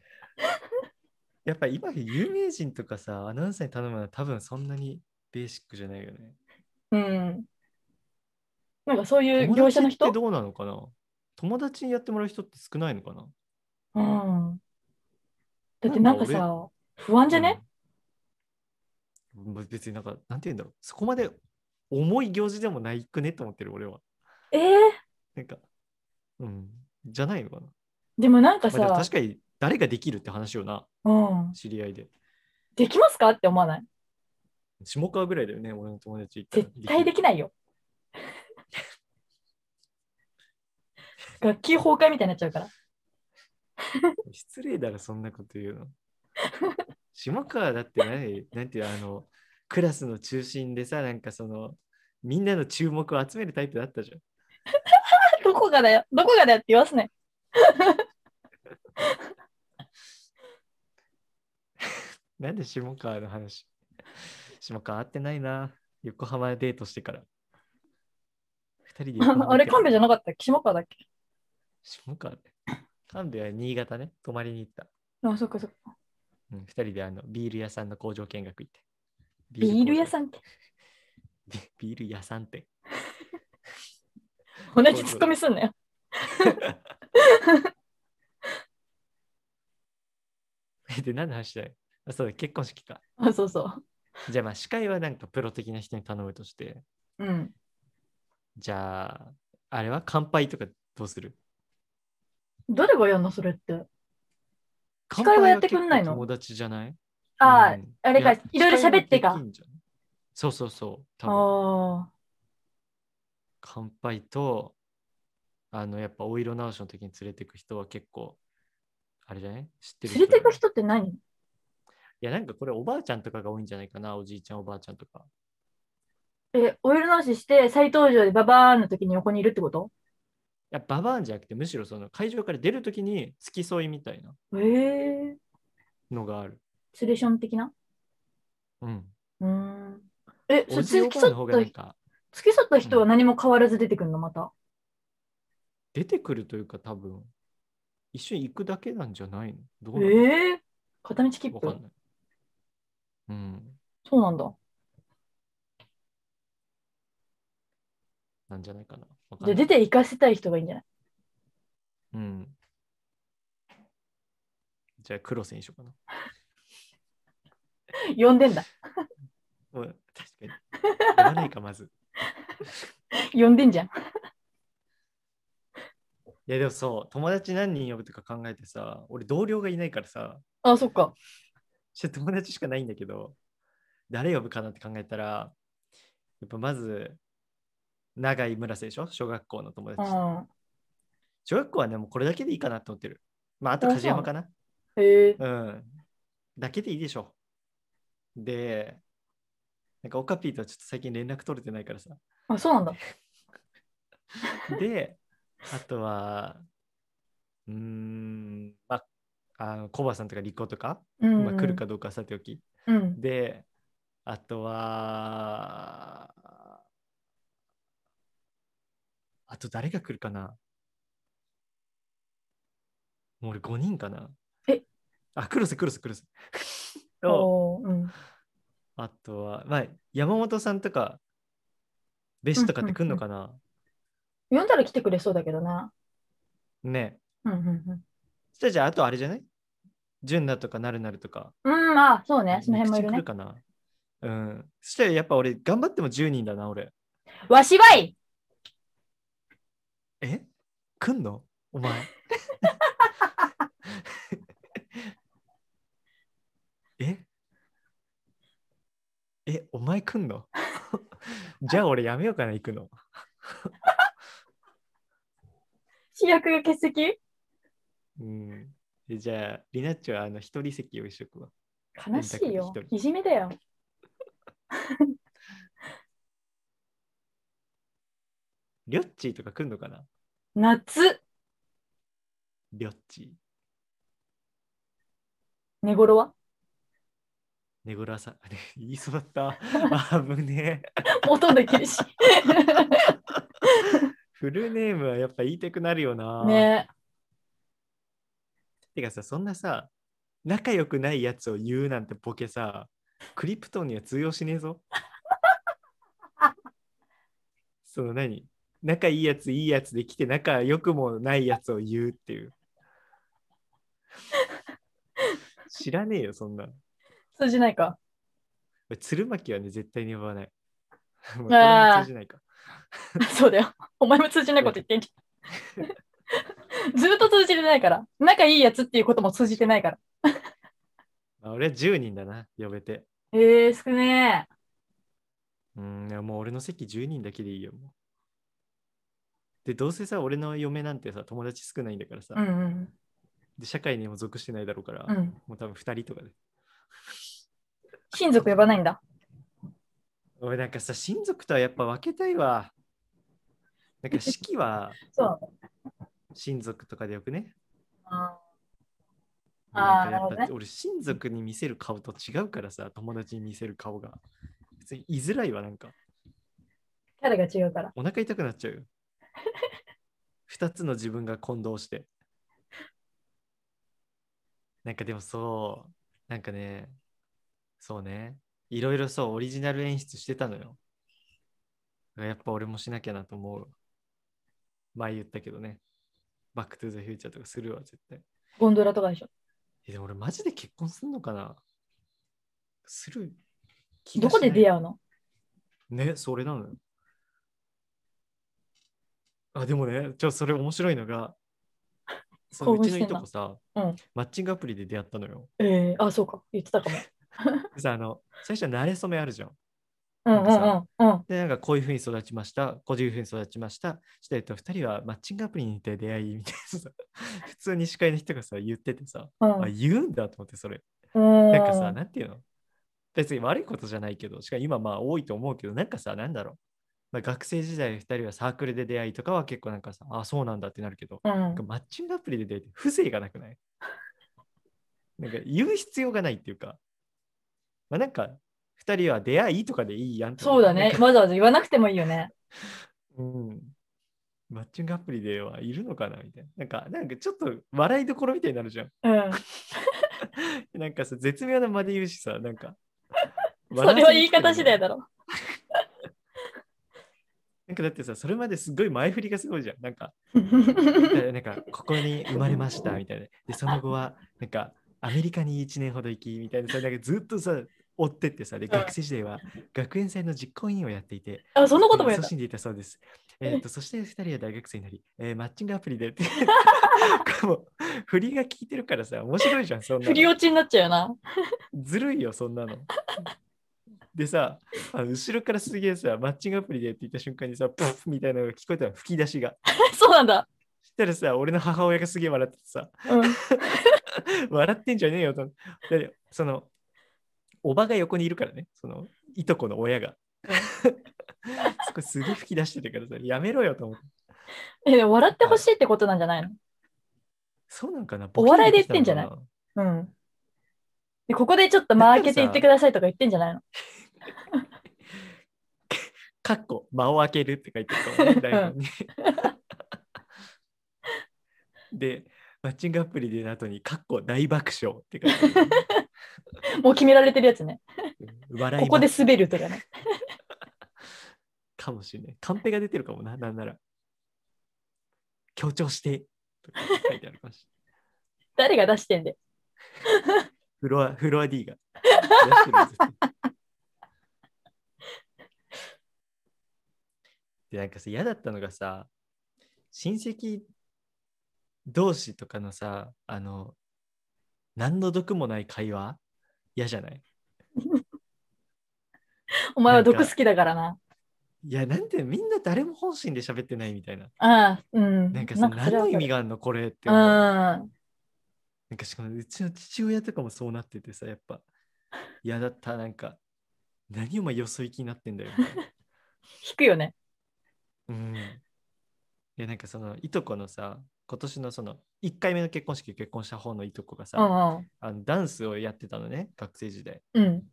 A: やっぱ今有名人とかさ、アナウンサーに頼むのは多分そんなにベーシックじゃないよね。
B: うん。なんかそういう
A: 友
B: 業
A: 達
B: 者の
A: って
B: 人
A: どうなのかな友達にやってもらう人って少ないのかな
B: うん。だってなんか
A: なん
B: さ、不安じゃね、
A: うんま別になんか、なんて言うんだろう。そこまで重い行事でもないくねと思ってる、俺は。
B: えー
A: なんか、うん、じゃないのかな。
B: でもなんか
A: まあ、でも
B: さ、
A: 確かに、誰ができるって話よな、
B: うん、
A: 知り合いで。
B: できますかって思わない
A: 下川ぐらいだよね、俺の友達行ったら
B: 絶対で
A: き
B: きな いよ。楽器崩壊みたいになっちゃうから。
A: る失礼だろ、そんなこと言うの。下川だって何、なんていうのあの、クラスの中心でさ、なんかその、みんなの注目を集めるタイプだったじゃん。
B: どこがだよ、どこがだよって言わすね。
A: なんで下川の話下川会ってないな。横浜デートしてから。二人で横浜
B: あれ、
A: 行っ
B: 神
A: て
B: 戸じゃなかったっけ下川だっけ
A: 下川ね。神戸は新潟ね。泊まりに行った。
B: あ、そっかそっか。
A: うん、二人であのビール屋さんの工場見学行って。
B: ビール屋
A: ん
B: さんって。
A: ビール屋さんって。
B: 同じツッコミすんなよ。
A: で、何の話だよ。あそうだ、結婚式か。
B: あ、 そうそう。
A: じゃあまあ司会はなんかプロ的な人に頼むとして。
B: うん。
A: じゃあ、あれは乾杯とかどうする
B: 誰がやんのそれって。
A: 乾
B: 会
A: 杯
B: はやってくんないの
A: は結構友達じゃない
B: あー
A: うん
B: あれか
A: や
B: いろいろ喋ってか
A: 機会はできんじゃんそうそうそう。多分
B: あ
A: 乾杯と、あの、やっぱお色直しの時に連れてく人は結構、あれじゃない知って
B: ー
A: る
B: 連れ
A: だよ
B: てく
A: ね
B: 人って何
A: いや、なんかこれおばあちゃんとかが多いんじゃないかな、おじいちゃん、おばあちゃんとか。
B: え、オイル直しして再登場でババーンの時に横にいるってこと
A: いや、ババアンじゃなくて、むしろその会場から出る時に付き添いみたいな
B: えー、
A: のがある。
B: ツレション的な
A: うん。
B: うーん。え、そ
A: お
B: れ
A: じい
B: 付
A: お
B: き
A: ばあ
B: 添
A: の
B: っ
A: 方が
B: た
A: なん
B: 人
A: か
B: 付き添った人は何も変わらず出てくるのまた。
A: 出てくるというか、多分、一緒に行くだけなんじゃないのどう
B: え
A: なの
B: ー、片道切符
A: わかんない。うん。
B: そうなんだ。
A: なんじゃないかな。わかん
B: じ
A: な
B: ゃあ
A: い
B: 出て行かせたい人がいいんじゃない
A: うん。じゃあ、黒選手かな。
B: 呼んでんだ。
A: もう確か に。言わないか、まず。
B: 呼んでんじゃん。
A: いや、でもそう、友達何人呼ぶとか考えてさ、俺同僚がいないからさ、
B: あ、そっ か。
A: ちょっと友達しかないんだけど、誰呼ぶかなって考えたら、やっぱまず、長井村瀬でしょ小学校の友
B: う
A: 達。
B: ん。
A: 小学校はね、もうこれだけでいいかなと思ってる。まあ、あと梶山かな。
B: へえ。
A: うん。だけでいいでしょ。で、なんかオカピーとはちょっと最近連絡取れてないからさ。
B: あ、そうなんだ。
A: で、あとは、うーん、まあ、あのコバさんとかリコとか、
B: うん。
A: まあ、来るかどうかはさておき。
B: うん。
A: で、あとは、あと誰が来るかなもう俺5人かな
B: え
A: あ、クロスクロスクロス。と
B: おーうん。
A: あとは、まあ、山本さんとか、弟子とかって来んのかな、
B: 呼んだら来てくれそうだけどな。
A: ねえ。
B: うんうん
A: そしたらじゃあ、あとあれじゃない純奈とかなるなるとか。
B: うん。うん、あ、そうね。その辺もい
A: 口来
B: るね
A: る。かなうん。そしたらやっぱ俺、頑張っても10人だな、俺。
B: わしはい
A: え来んのお前。ええ、お前来ん のじゃあ俺やめようかな、行くの。
B: 主役が欠席
A: うん。でじゃあ、リナッチはあの一人席用意しとくわ。
B: 悲しいよ
A: 選択で。一人
B: いじめだよ。
A: りょっちーとか来んのかな
B: 夏、
A: りょっち
B: 寝頃は
A: ー。ねぐらさ、 言いそうだった。 あぶねえ。
B: ほとんど禁止。
A: フルネームはやっぱ言いたくなるよな。
B: ね
A: てかさ、そんなさ、仲良くないやつを言うなんてボケさ、クリプトンには通用しねえぞ。その何仲いいやついいやつで来て仲良くもないやつを言うっていう。知らねえよ、そんなの。
B: 通じないか。
A: 俺鶴巻はね、絶対に呼ばない。もうこれ
B: あー
A: も通じないか。
B: そうだよ。お前も通じないこと言ってんじゃん。ずっと通じてないから。仲いいやつっていうことも通じてないから。
A: あ俺は10人だな、呼べて。
B: えー、少ねえ。
A: うん、いやもう俺の席10人だけでいいよ。もうで、どうせさ、俺の嫁なんてさ、友達少ないんだからさ、
B: うんうん
A: で社会にも属してないだろうから、
B: うん。うん。
A: もう多分2人とかで。
B: 親族呼ばないんだ。
A: 俺なんかさ、親族とはやっぱ分けたいわ。なんか式 は
B: そう。
A: 親族とかでよくね。
B: あ
A: な
B: あー
A: んかや
B: なる
A: っ
B: ほ
A: ぱ、
B: どね
A: 俺親族に見せる顔と違うからさ、友達に見せる顔が。別に居づらいわ、なんか。
B: ーキャラが違うから。
A: お腹痛くなっちゃうよ。二つの自分が混同して。なんかでもそう、なんかね、そうね、いろいろそう、オリジナル演出してたのよ。だからやっぱ俺もしなきゃなと思う。前言ったけどね、バックトゥーザフューチャーとかするわ、絶対。
B: ゴンドラとかでしょ。
A: え、でも俺マジで結婚すんのかなする気
B: ど
A: が
B: こ
A: しな
B: で
A: い
B: 出会うの
A: ね、それなのよ。あ、でもね、ちょ、それ面白いのが、その
B: 興
A: う
B: 奮
A: ち
B: し
A: の
B: てんない
A: とこさ、
B: うん
A: マッチングアプリで出会ったのよ。
B: えー、あ、そうか。言ってたかも。
A: でさ、あの、最初は慣れ初めあるじゃん。
B: うんうんうんうん。
A: で、なんかこういうふうに育ちました、こういうふうに育ちました、そして、えっと、2人はマッチングアプリにて出会いみたいなさ、 普通に司会の人がさ、言っててさ、
B: う
A: あ、
B: ん
A: 言うんだと思って、それ。
B: うん。
A: なんかさ、なんていうの別に悪いことじゃないけど、しかも今まあ多いと思うけど、なんかさ、なんだろう。まあ、学生時代2人はサークルで出会いとかは結構なんかさ、あ、そうなんだってなるけど、
B: うん
A: なんかマッチングアプリで出会いって風情がなくない なんか言う必要がないっていうか、まあなんか2人は出会いとかでいいやんって
B: そうだね。。わざわざ言わなくてもいいよね。
A: うん。マッチングアプリではいるのかなみたいな。なんか、なんかちょっと笑いどころみたいになるじゃん。
B: うん。
A: なんかさ、絶妙な間で言うしさ、なんか。
B: それは言い方次第
A: だ
B: だ ろ。
A: なんかだってさ、それまですごい前振りがすごいじゃん。なんか、なんかここに生まれましたみたいな。で、その後は、なんか、アメリカに1年ほど行きみたいなさ、なんかずっとさ、追ってってさ、で学生時代は学園祭の実行委員をやっていて、
B: あ、そんなことも
A: え
B: 言
A: ー勤
B: うんだ。
A: しんでいたそうです。えー、とそして2人は大学生になり、えーマッチングアプリで って。もう振りが効いてるからさ、面白いじゃん、そんな
B: 振り
A: の。
B: 落ちになっちゃうよな。
A: ずるいよ、そんなの。でさ、あの後ろからすげえさ、マッチングアプリでって言った瞬間にさ、プッみたいなのが聞こえたの、吹き出しが。
B: そうなんだ。
A: したらさ、俺の母親がすげえ笑っててさ、
B: うん。
A: 笑ってんじゃねえよと思って。でその、おばが横にいるからね、その、いとこの親が。そこすげえ吹き出してるからさ、やめろよと思って。
B: え、でも笑ってほしいってことなんじゃないの
A: そうなんかな
B: お笑いで言ってんじゃない
A: ボケてき
B: うん。で、ここでちょっと間開けて言ってくださいとか言ってんじゃないの
A: たのかなかっこ、間を開けるって書いてるかもね、台本に。で、マッチングアプリでの後に、かっこ大爆笑って書いてあ る。
B: もう決められてるやつね。
A: 笑い
B: ここで
A: ます
B: 滑るとかね。
A: かもしれない。カンペが出てるかも な、なんなら。強調してとか書いてあるかもしれない。
B: 誰が出してんで。
A: フロア、フロア D が。出してるんですよで、なんかさ、嫌だったのがさ、親戚同士とかのさ、あの、何の毒もない会話嫌じゃない
B: お前は毒好きだからな。
A: いや、なんてみんな誰も本心で喋ってないみたいな。
B: ああ、うん。
A: なんかさ、
B: そ
A: 何
B: れは
A: の意
B: わかる
A: 味があるのこれって
B: う
A: 思う。
B: ん。
A: なんかしかもうちの父親とかもそうなっててさ、やっぱ嫌だった、なんか何お前よそ行きになってんだよみ たいな。
B: 引くよね。
A: うん。で、なんかそのいとこのさ、今年のその1回目の結婚式結婚した方のいとこがさ、
B: うんうん。
A: あのダンスをやってたのね、学生時代。
B: うん。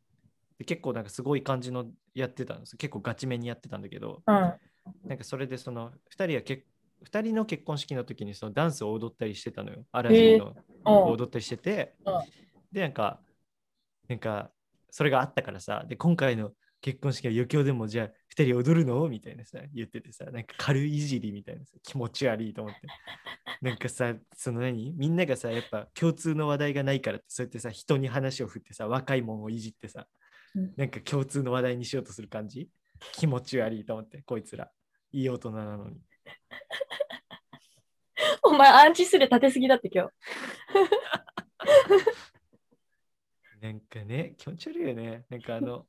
A: で結構なんかすごい感じのやってたんです結構ガチめにやってたんだけど、
B: うん。
A: なんかそれでその2人は結2人の結婚式の時にそのダンスを踊ったりしてたのよ。アラジンの
B: うん。
A: 踊ったりしてて、
B: うん
A: でなんかなんかそれがあったからさで今回の結婚式は余興でもじゃあ2人踊るのみたいなさ言っててさなんか軽いいじりみたいなさ気持ち悪いと思 ってなんかさその何みんながさやっぱ共通の話題がないからってそうやってさ人に話を振ってさ若いもんをいじってさ
B: うん
A: なんか共通の話題にしようとする感じ気持ち悪いと思ってこいつらいい大人なのに
B: お前、アンチスレ立てすぎだって今日。
A: なんかね、気持ち悪いよね。なんかあ の、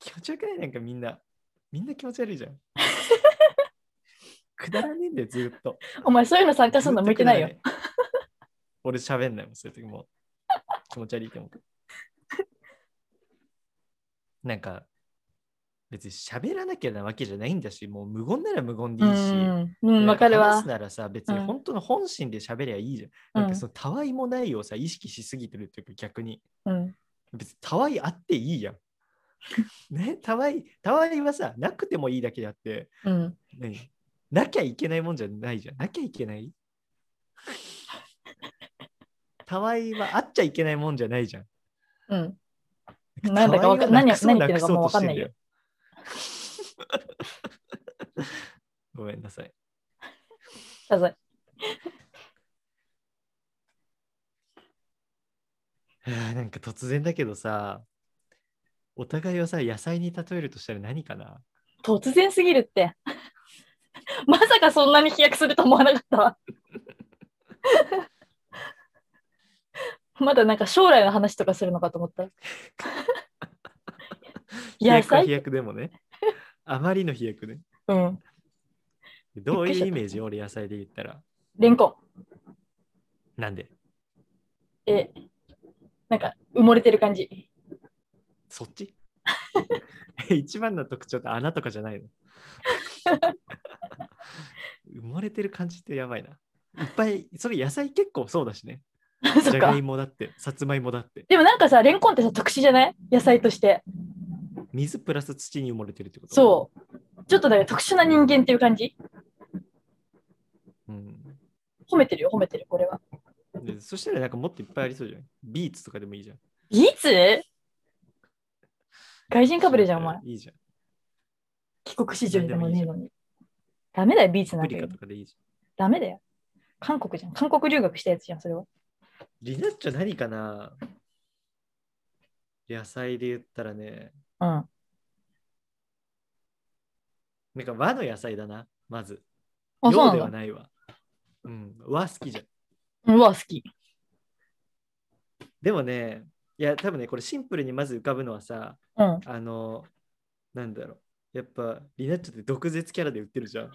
A: 気持ち悪くないなんかみんな、みんな気持ち悪い じゃん。くだらねえんだよ、ずっと。
B: お前、そういうの参加するの向いてないよ
A: ず。っとくだらねえ。俺喋んないもん、そういう時もう。気持ち悪いと思う。なんか、別に喋らなきゃなわけじゃないんだし、もう無言なら無言で
B: う
A: いいし。
B: ん。うん、
A: な
B: わ
A: んか
B: かる
A: 話
B: わ
A: す。ならさ、別に
B: うん
A: 本当の本心で喋りゃいいじゃん。
B: うん
A: なんかそのたわいもないをさ、意識しすぎてるっていうか、逆に。
B: うん。
A: 別にたわいあっていいやん。 ね、たわい、たわいはさ、なくてもいいだけであって、
B: うん。
A: 何なきゃいけないもんじゃないじゃん。なきゃいけないたわいはあっちゃいけないもんじゃないじゃん。
B: うん。なんだかわか
A: たわいはなくそう
B: 何を何言ってるのかもうわかんない
A: く
B: よ
A: そうとしてんだよ。 ごめんなさい。
B: 謝罪。
A: いやーなんか突然だけどさ、お互いをさ、野菜に例えるとしたら何かな
B: 突然すぎるって。 まさかそんなに飛躍すると思わなかったわ。 まだなんか将来の話とかするのかと思った。
A: 飛
B: 野
A: 躍は飛
B: 菜
A: 躍でもね。あまりの飛躍ね。
B: うん。
A: どう
B: びっくり
A: い
B: しちゃ
A: う
B: っ
A: イ
B: た
A: メージ俺野菜で言ったら。
B: レンコン。
A: なんで
B: え、なんか埋もれてる感じ。
A: そっち一番の特徴って穴とかじゃないの埋もれてる感じってやばいな。いっぱい、それ野菜結構そうだしね。じ
B: そっ
A: ゃが
B: か
A: い。もだって、さつまいもだって。
B: でもなんかさ、レンコンってさ、特殊じゃない野菜として。
A: 水プラス土に埋もれてるってこと
B: そう。ちょっとなんか特殊な人間っていう感じ。
A: う。うん
B: 褒めてるよ、褒めてる、これは。
A: でそしたらなんかもっといっぱいありそうじゃん。ビーツとかでもいいじゃん。
B: いつ外人かぶれじゃん、お前。
A: いいじゃん。
B: 帰国子女でもねえのに。ダメだよ、ビーツな
A: パ
B: んか
A: プリ
B: よ
A: カとかでいいじゃん。
B: ダメだよ。韓国じゃん。韓国留学したやつじゃん、それは。
A: リナッチョ何かな野菜で言ったらね、
B: うん。
A: なんか和の野菜だな、まず。
B: あ、そう
A: 洋
B: な
A: で
B: ん
A: は
B: だ。
A: ないわ。うん、和好きじゃん。
B: うわ、好き。
A: でもね、いや、多分ね、これシンプルにまず浮かぶのはさ、
B: うん。
A: あの、なんだろう。やっぱ、リナッチョって毒舌キャラで売ってるじゃん。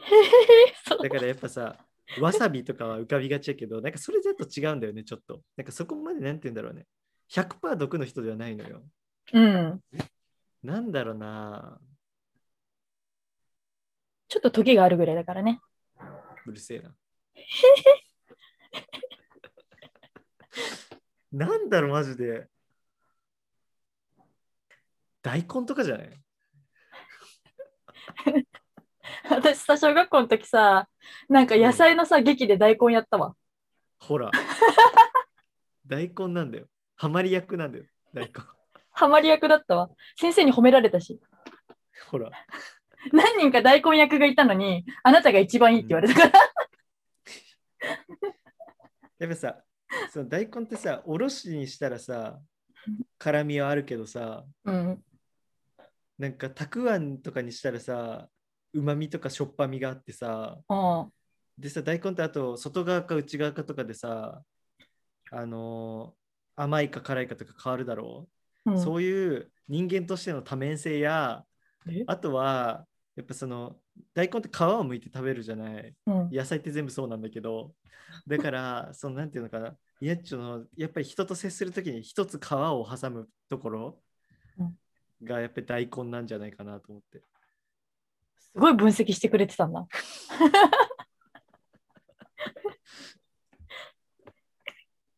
B: そう
A: だからやっぱ さ、わさびとかは浮かびがちやけど、なんかそれだと違うんだよね、ちょっと。なんかそこまでなんて言うんだろうね。100%毒の人ではないのよ。
B: うん。
A: なんだろうな、
B: ちょっと時があるぐらいだからね。
A: うるせえな。なんだろう、マジで。大根とかじゃない
B: 私さ、小学校の時さ、なんか野菜のさ、劇で大根やったわ。
A: ほら。大根なんだよ。ハマり役なんだよ。大根。
B: ハマり役だったわ。先生に褒められたし。
A: ほら。
B: 何人か大根役がいたのに、あなたが一番いいって言われたから。
A: やっぱさ、その大根ってさ、おろしにしたらさ、辛みはあるけどさ、
B: うん。
A: なんかたくあんとかにしたらさ、うまみとかしょっぱみがあってさ、
B: うん。
A: でさ、大根ってあと外側か内側かとかでさ、あのー甘いか辛いかとか変わるだろ
B: う
A: う、
B: ん、
A: そういう人間としての多面性や、
B: え
A: あとは、やっぱその大根って皮を剥いて食べるじゃない。
B: うん
A: 野菜って全部そうなんだけどだ からそのなんていうのかなやっちょのやっぱり人と接するときに一つ皮を挟むところ
B: うん
A: がやっぱり大根なんじゃないかなと思って
B: すごい分析してくれてたんだ。
A: い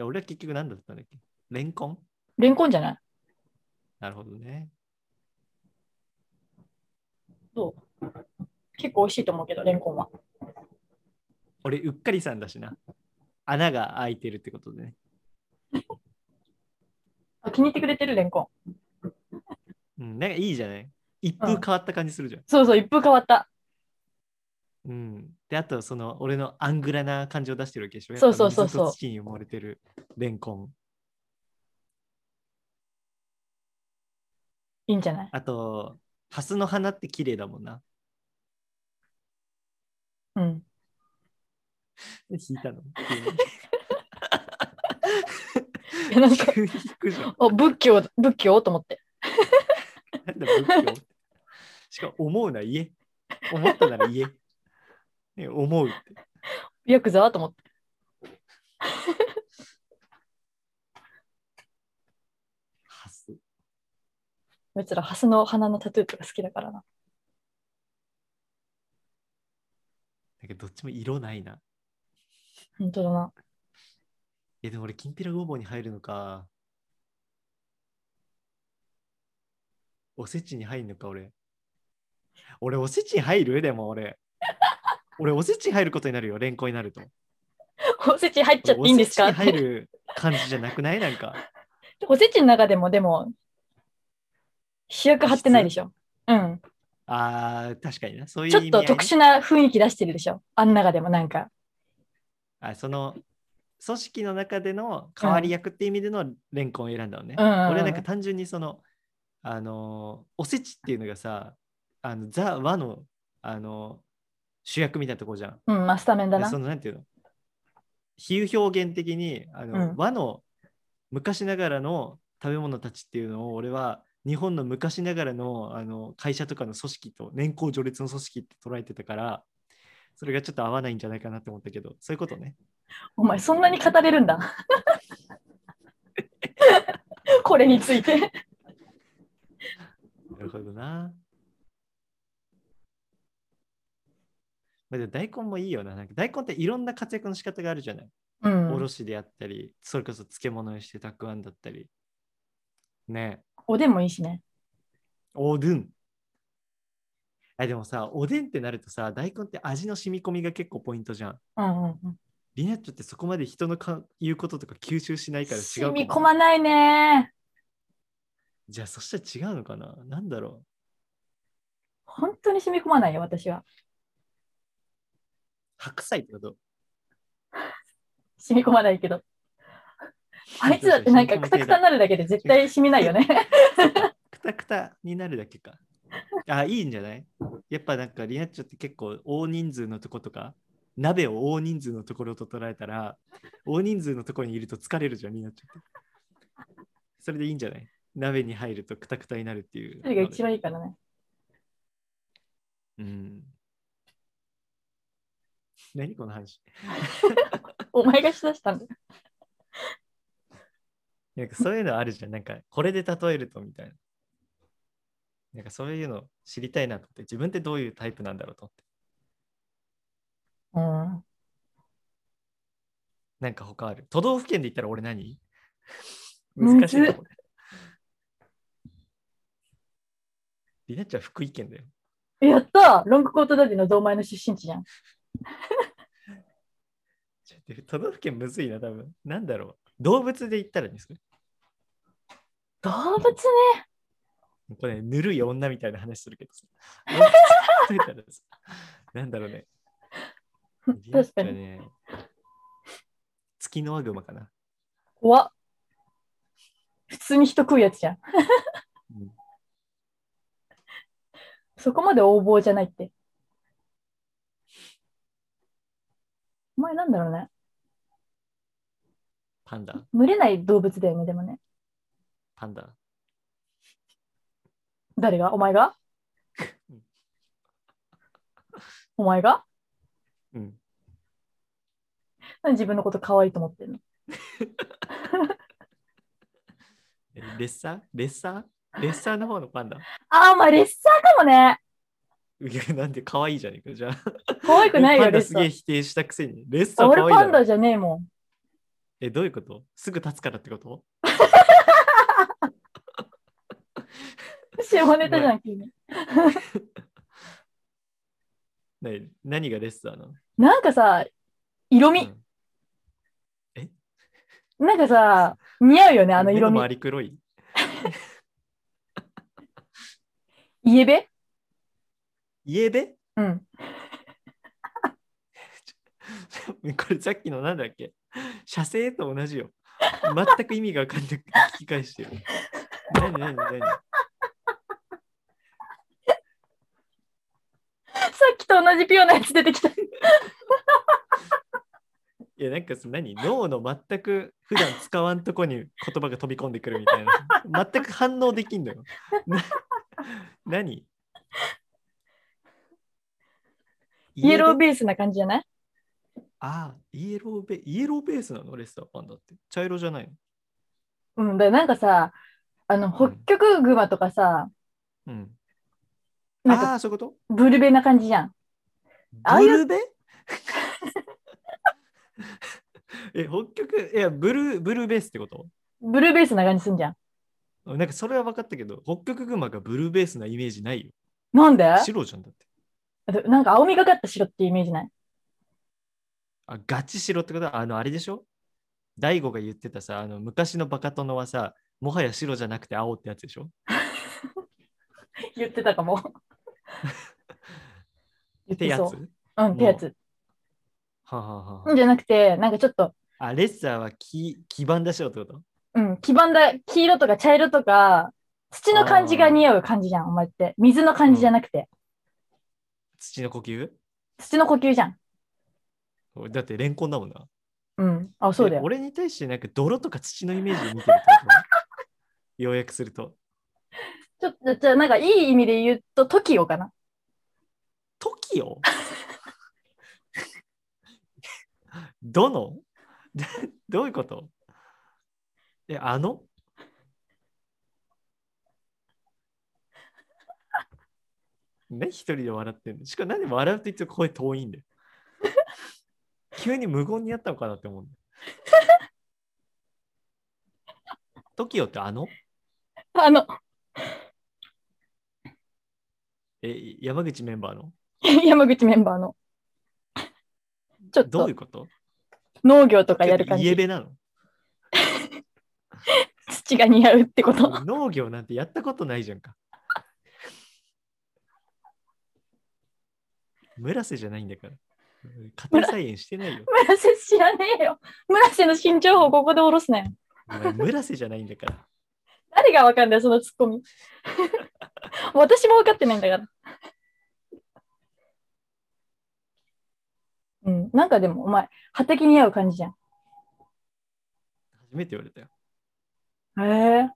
A: や俺は結局何だったんだっけレンコン
B: レンコンじゃない
A: なるほどね
B: どう結構美味しいと思うけど、レンコンは。
A: 俺うっかりさんだしな穴が開いてるってことでね
B: あ気に入ってくれてるレンコン。
A: うんなんかいいじゃない一風変わった感じするじゃん、
B: そうそう、一風変わった。
A: うんであとその俺のアングラな感じを出してるわけでしょ
B: そうそうそうそう
A: やっぱ水と土に埋もれてるレンコン
B: いいんじゃない
A: あと、ハスの花って綺麗だもんな。
B: うん。
A: 弾いたの。
B: いやなんか、
A: 急に急に弾くじゃん。
B: お仏教、仏教と思って。
A: なんだ仏教しかも、思うな、言え。思ったなら言え。ね、思うって。
B: ヤクザと思って。
A: ハス。
B: うちら、ハスの花のタトゥーとか好きだからな。
A: だけど、どっちも色ないな。
B: 本当だな。
A: え、でも俺、きんぴらごぼうに入るのか。おせちに入るのか、俺。俺、おせちに入るで も、俺。俺、おせちに入ることになるよ、レンコンになると。
B: おせち入っちゃっていいんですか
A: おせちに入る感じじゃなくない なんか。
B: おせちの中でも、でも、主役張ってないでしょ。うん。
A: ああ、確かにな。そういう意味合
B: ちょっ
A: いね
B: と特殊な雰囲気出してるでしょ。あん中でもなんか。
A: あその組織の中での代わり役って意味でのレンコンを選んだのね。
B: うんうんうんうん
A: 俺なんか単純にその、あのー、おせちっていうのがさ、あのザ・和の、あのー主役みたいなとこじゃん。
B: うん、まあ、スタメンだ
A: で
B: な
A: そ。のなんていうの比喩表現的にあの、
B: うん
A: 和の昔ながらの食べ物たちっていうのを俺は日本の昔ながらのあの会社とかの組織と年功序列の組織って捉えてたからそれがちょっと合わないんじゃないかなと思ったけどそういうことね
B: お前、そんなに語れるん だ。これについて。
A: なるほどな、まあ、でも大根もいいよななんか大根っていろんな活躍の仕方があるじゃない
B: うん
A: おろしであったりそれこそ漬物にしてたくあんだったりねえ
B: おでんもいいしね。
A: おでん。あでもさ、おでんってなるとさ、大根って味の染み込みが結構ポイントじゃん。
B: うんうんうん。
A: リナッチョってそこまで人のか言うこととか吸収しないから違うか
B: 染
A: も
B: み込まないね。
A: じゃあそしたら違うのかななんだろう
B: 本当に染み込まないよ、私は。
A: 白菜ってこと
B: 染み込まないけど。あいつだってなんかくたくたになるだけで絶対染みないよ ね。
A: くたくたになるだけか。あ、いいんじゃないやっぱなんかリナッチョって結構大人数のとことか、鍋を大人数のところと捉えたら、大人数のところにいると疲れるじゃん、リナッチョって。それでいいんじゃない鍋に入るとくたくたになるっていう。
B: それが一番いいからね。
A: うん。何この話
B: お前がしだしたんだよ。
A: なんかそういうのあるじゃん。なんかこれで例えるとみたいな。なんかそういうの知りたいなと思って、自分ってどういうタイプなんだろうと思って。
B: うん。
A: なんか他ある。都道府県で言ったら俺何
B: むず
A: 難しいなこれ。りなちゃん福井県だよ。
B: やったロングコートダディの堂前の出身地じゃん。
A: ちょっと待って都道府県むずいな、多分。なんだろう。動物で言ったらにする。
B: 動物ね。
A: これ、ぬるい女みたいな話するけどさ。動物で言ったらさなんだろうね。りなち
B: 確
A: ゃ
B: か
A: ん
B: に。
A: ね。月のワグマかな。
B: 怖っ普通に人食うやつじゃん。
A: うん
B: そこまで横暴じゃないって。お前なんだろうね。
A: パンダ、
B: 群れない動物だよね、でもね。
A: パンダ。
B: 誰がお前が
A: うん
B: お前が
A: うん。
B: 何自分のこと可愛いと思ってんの
A: えレッサーレッサーレッサーの方のパンダ。
B: ああ、まあ、レッサーかもね。
A: いやなんで可愛いじゃねえか、じゃあ。
B: 可愛くない
A: パ
B: よ、
A: ンダ
B: レッ
A: す
B: サ
A: げえ
B: ー。
A: 否定したくせに。レッサ
B: あ
A: ー
B: 俺
A: 可愛い
B: パ
A: だ
B: ン
A: ろ
B: ダじゃねえもん。
A: え、どういうことすぐ立つからってこと
B: 下ネタじゃん、君。
A: 何何がレッサーなの
B: なんかさ、色
A: う
B: 味。
A: ん
B: なんかさ、似合うよね、あの色
A: 目の周。
B: 味
A: り黒い。
B: イエベ
A: 家で
B: うん。
A: これさっきのなんだっけ射精と同じよ。全く意味がわかんなくて聞き返してる。何何何
B: さっきと同じピュアなやつ出てきた。
A: いや、なんかその何脳の全く普段使わんとこに言葉が飛び込んでくるみたいな。全く反応できんのよ。 な何
B: イエロー
A: ベ
B: ベースな感じじゃない
A: ああ、イエローベイエローベースなのレッサーパンダって。茶色じゃないの
B: うん。だからなんかさ、あの、北極熊とかさ、
A: うん。
B: なんか
A: ああ、そういうこと
B: ブルベな感じじゃん。ああい
A: ブ
B: う
A: ルベえ、北極、いや、ブルブルーベースってこと
B: ブルーベースな感じすんじゃん。
A: なんかそれは分かったけど、北極熊がブルーベースなイメージないよ。
B: なんで
A: 白じゃんだって。
B: なんか青みがかった白ってイメージない。
A: あ、ガチ白ってことは、あの、あれでしょ大悟が言ってたさ、あの、昔のバカ殿はさ、もはや白じゃなくて青ってやつでしょ
B: 言ってた かも。言
A: って
B: って
A: やつ
B: そ
A: は
B: う。うん、ってやつ。
A: あはあはあ
B: じゃなくて、なんかちょっと、
A: あ、レッサーは黄黄ばんだ白ってこと
B: うん、黄ばんだ黄色とか茶色とか、土の感じが似合う感じじゃん、お前って。水の感じじゃなくて、
A: 土の呼吸
B: 土の呼吸じゃん。
A: だってレンコンだもんな。
B: うん。あ、そうだ
A: え
B: よ。
A: 俺に対してなんか泥とか土のイメージで見てるってこと 要約すると。
B: ちょっと、じゃあ、なんかいい意味で言うと、トキオかな。
A: トキオどのどういうことえ、あのね、一人で笑ってんの。しかもなんで笑うと言って声遠いんだよ。急に無言になったのかなって思うんだよ。トキオってあの
B: あの、
A: え、山口メンバーの
B: 山口メンバーの。ちょっ
A: どうい
B: と
A: うこと
B: 農業とかやる感
A: イエ
B: じ。
A: ベなの
B: 土が似合うってこ と。
A: 農業なんてやったことないじゃんか。村瀬じゃないんだから。家庭菜園してないよ。
B: 村瀬知らねえよ。村瀬の新情報ここで下ろすね。
A: お前村瀬じゃないんだから。
B: 誰がわかんないそのツッコミ。 もう私も分かってないんだから。うん、なんかでもお前、畑に合う感じじゃん。
A: 初めて言われたよ。
B: へえ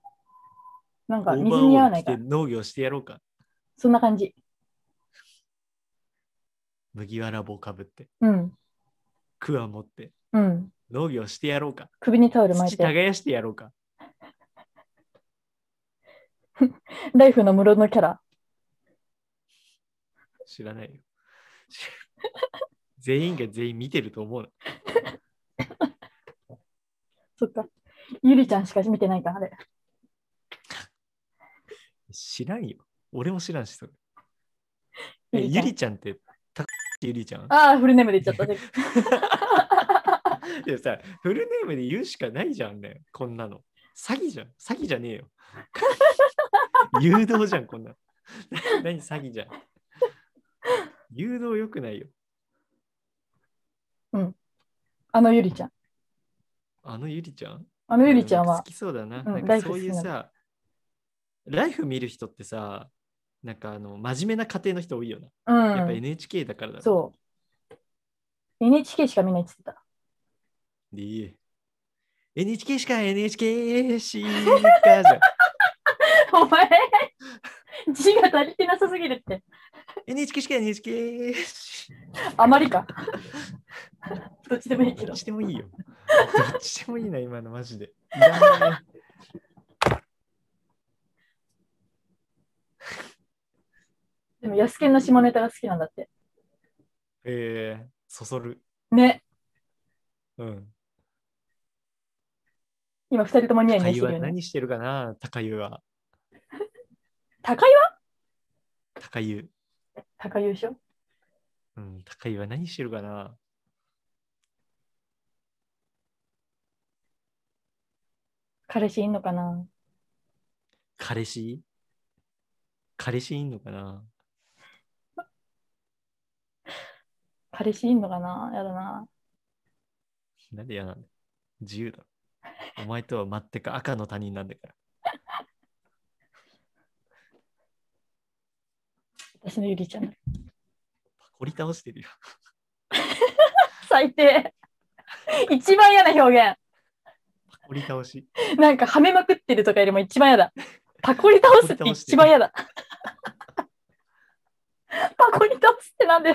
B: なんか
A: オーバー
B: 水に合
A: オ
B: わ
A: ール
B: な
A: 着
B: いか
A: て
B: ら。
A: 農業してやろうか。
B: そんな感じ。
A: 麦わら帽かぶって、
B: うん。
A: クワ持って、
B: うん。
A: 農業してやろうか。
B: 首にタオル巻
A: 土
B: いて。
A: 耕してやろうか。
B: ライフの室のキャラ。
A: 知らないよ。 全員が全員見てると思うの。
B: そっか。ゆりちゃんしか見てないから、あれ。
A: 知らんよ。俺も知らんし、それ。
B: ゆ
A: え
B: りち
A: ゆ
B: ゃん
A: りちゃんって、たゆりちゃん
B: ああ、フルネームで言っちゃった。
A: いやさ、フルネームで言うしかないじゃんね、こんなの。詐欺じゃん。詐欺じゃねえよ。 誘導じゃん、こんなの。 な何詐欺じゃん。誘導良くないよ。
B: あのゆりちゃん。
A: あのゆりちゃん
B: あのゆりちゃん
A: なか好、
B: は
A: きそうだな。
B: ん
A: なん
B: ラ
A: か
B: イフ
A: そういう
B: 好き
A: さ、ライフ見る人ってさ、なんかあの、真面目な家庭の人多いよ
B: う
A: な。やっぱ
B: ん、
A: NHK だからだろ。
B: そう。NHK しか見ないって言ってた。
A: でいい NHK しか NHK しかじゃん。
B: お前、字が足りてなさすぎるって。
A: NHK しか NHK し
B: あまりか。どっちでもいいけ
A: ど
B: ど
A: っ。ちでもいいよ。 どっちでもいいな、今のマジで。いらないね
B: でも、ヤスケンの下ネタが好きなんだって。
A: えー、そそる。
B: ね。
A: うん。
B: 今、二人ともニヤニ
A: 高井
B: ヤしてる
A: は
B: よね。
A: 何してるかな高井は。
B: 高いわ
A: 高井。
B: 高いでしょ
A: うん、高井は何してるかな
B: 彼氏いんのかな
A: 彼氏彼氏いんのかな
B: 彼氏いんのかなやだな。
A: なんで嫌なんだ自由だ。お前とは全く赤の他人なんだから。
B: 私のゆりちゃん。
A: パコり倒してるよ。
B: 最低。一番嫌な表現。
A: パコり倒し。
B: なんかはめまくってるとかよりも一番嫌だ。パコリ倒すって一番 嫌だ。パコリ倒すってなんで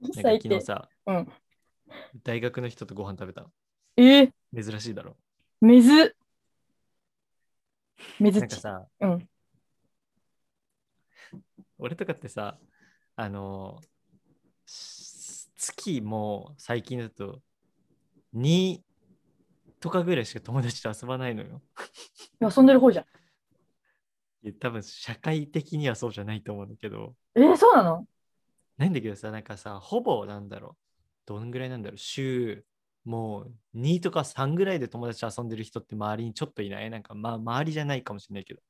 A: なんか
B: 最
A: 昨日
B: 低。
A: さ、
B: うん、
A: 大学の人とご飯食べた
B: えー、
A: の。珍しいだろ。
B: めず。めず
A: なん
B: っ
A: か
B: ち。
A: さ、
B: うん。
A: 俺とかってさ、あのー、し月も最近だと2とかぐらいしか友達と遊ばないのよ。
B: 遊んでる方じゃん。
A: いや多分社会的にはそうじゃないと思うんだけど、
B: えー、そうなの
A: ないんだけどさ、なんかさ、ほぼなんだろう。どんぐらいなんだろう。週もう2とか3ぐらいで友達と遊んでる人って周りにちょっといない。なんかまあ周りじゃないかもしれないけど。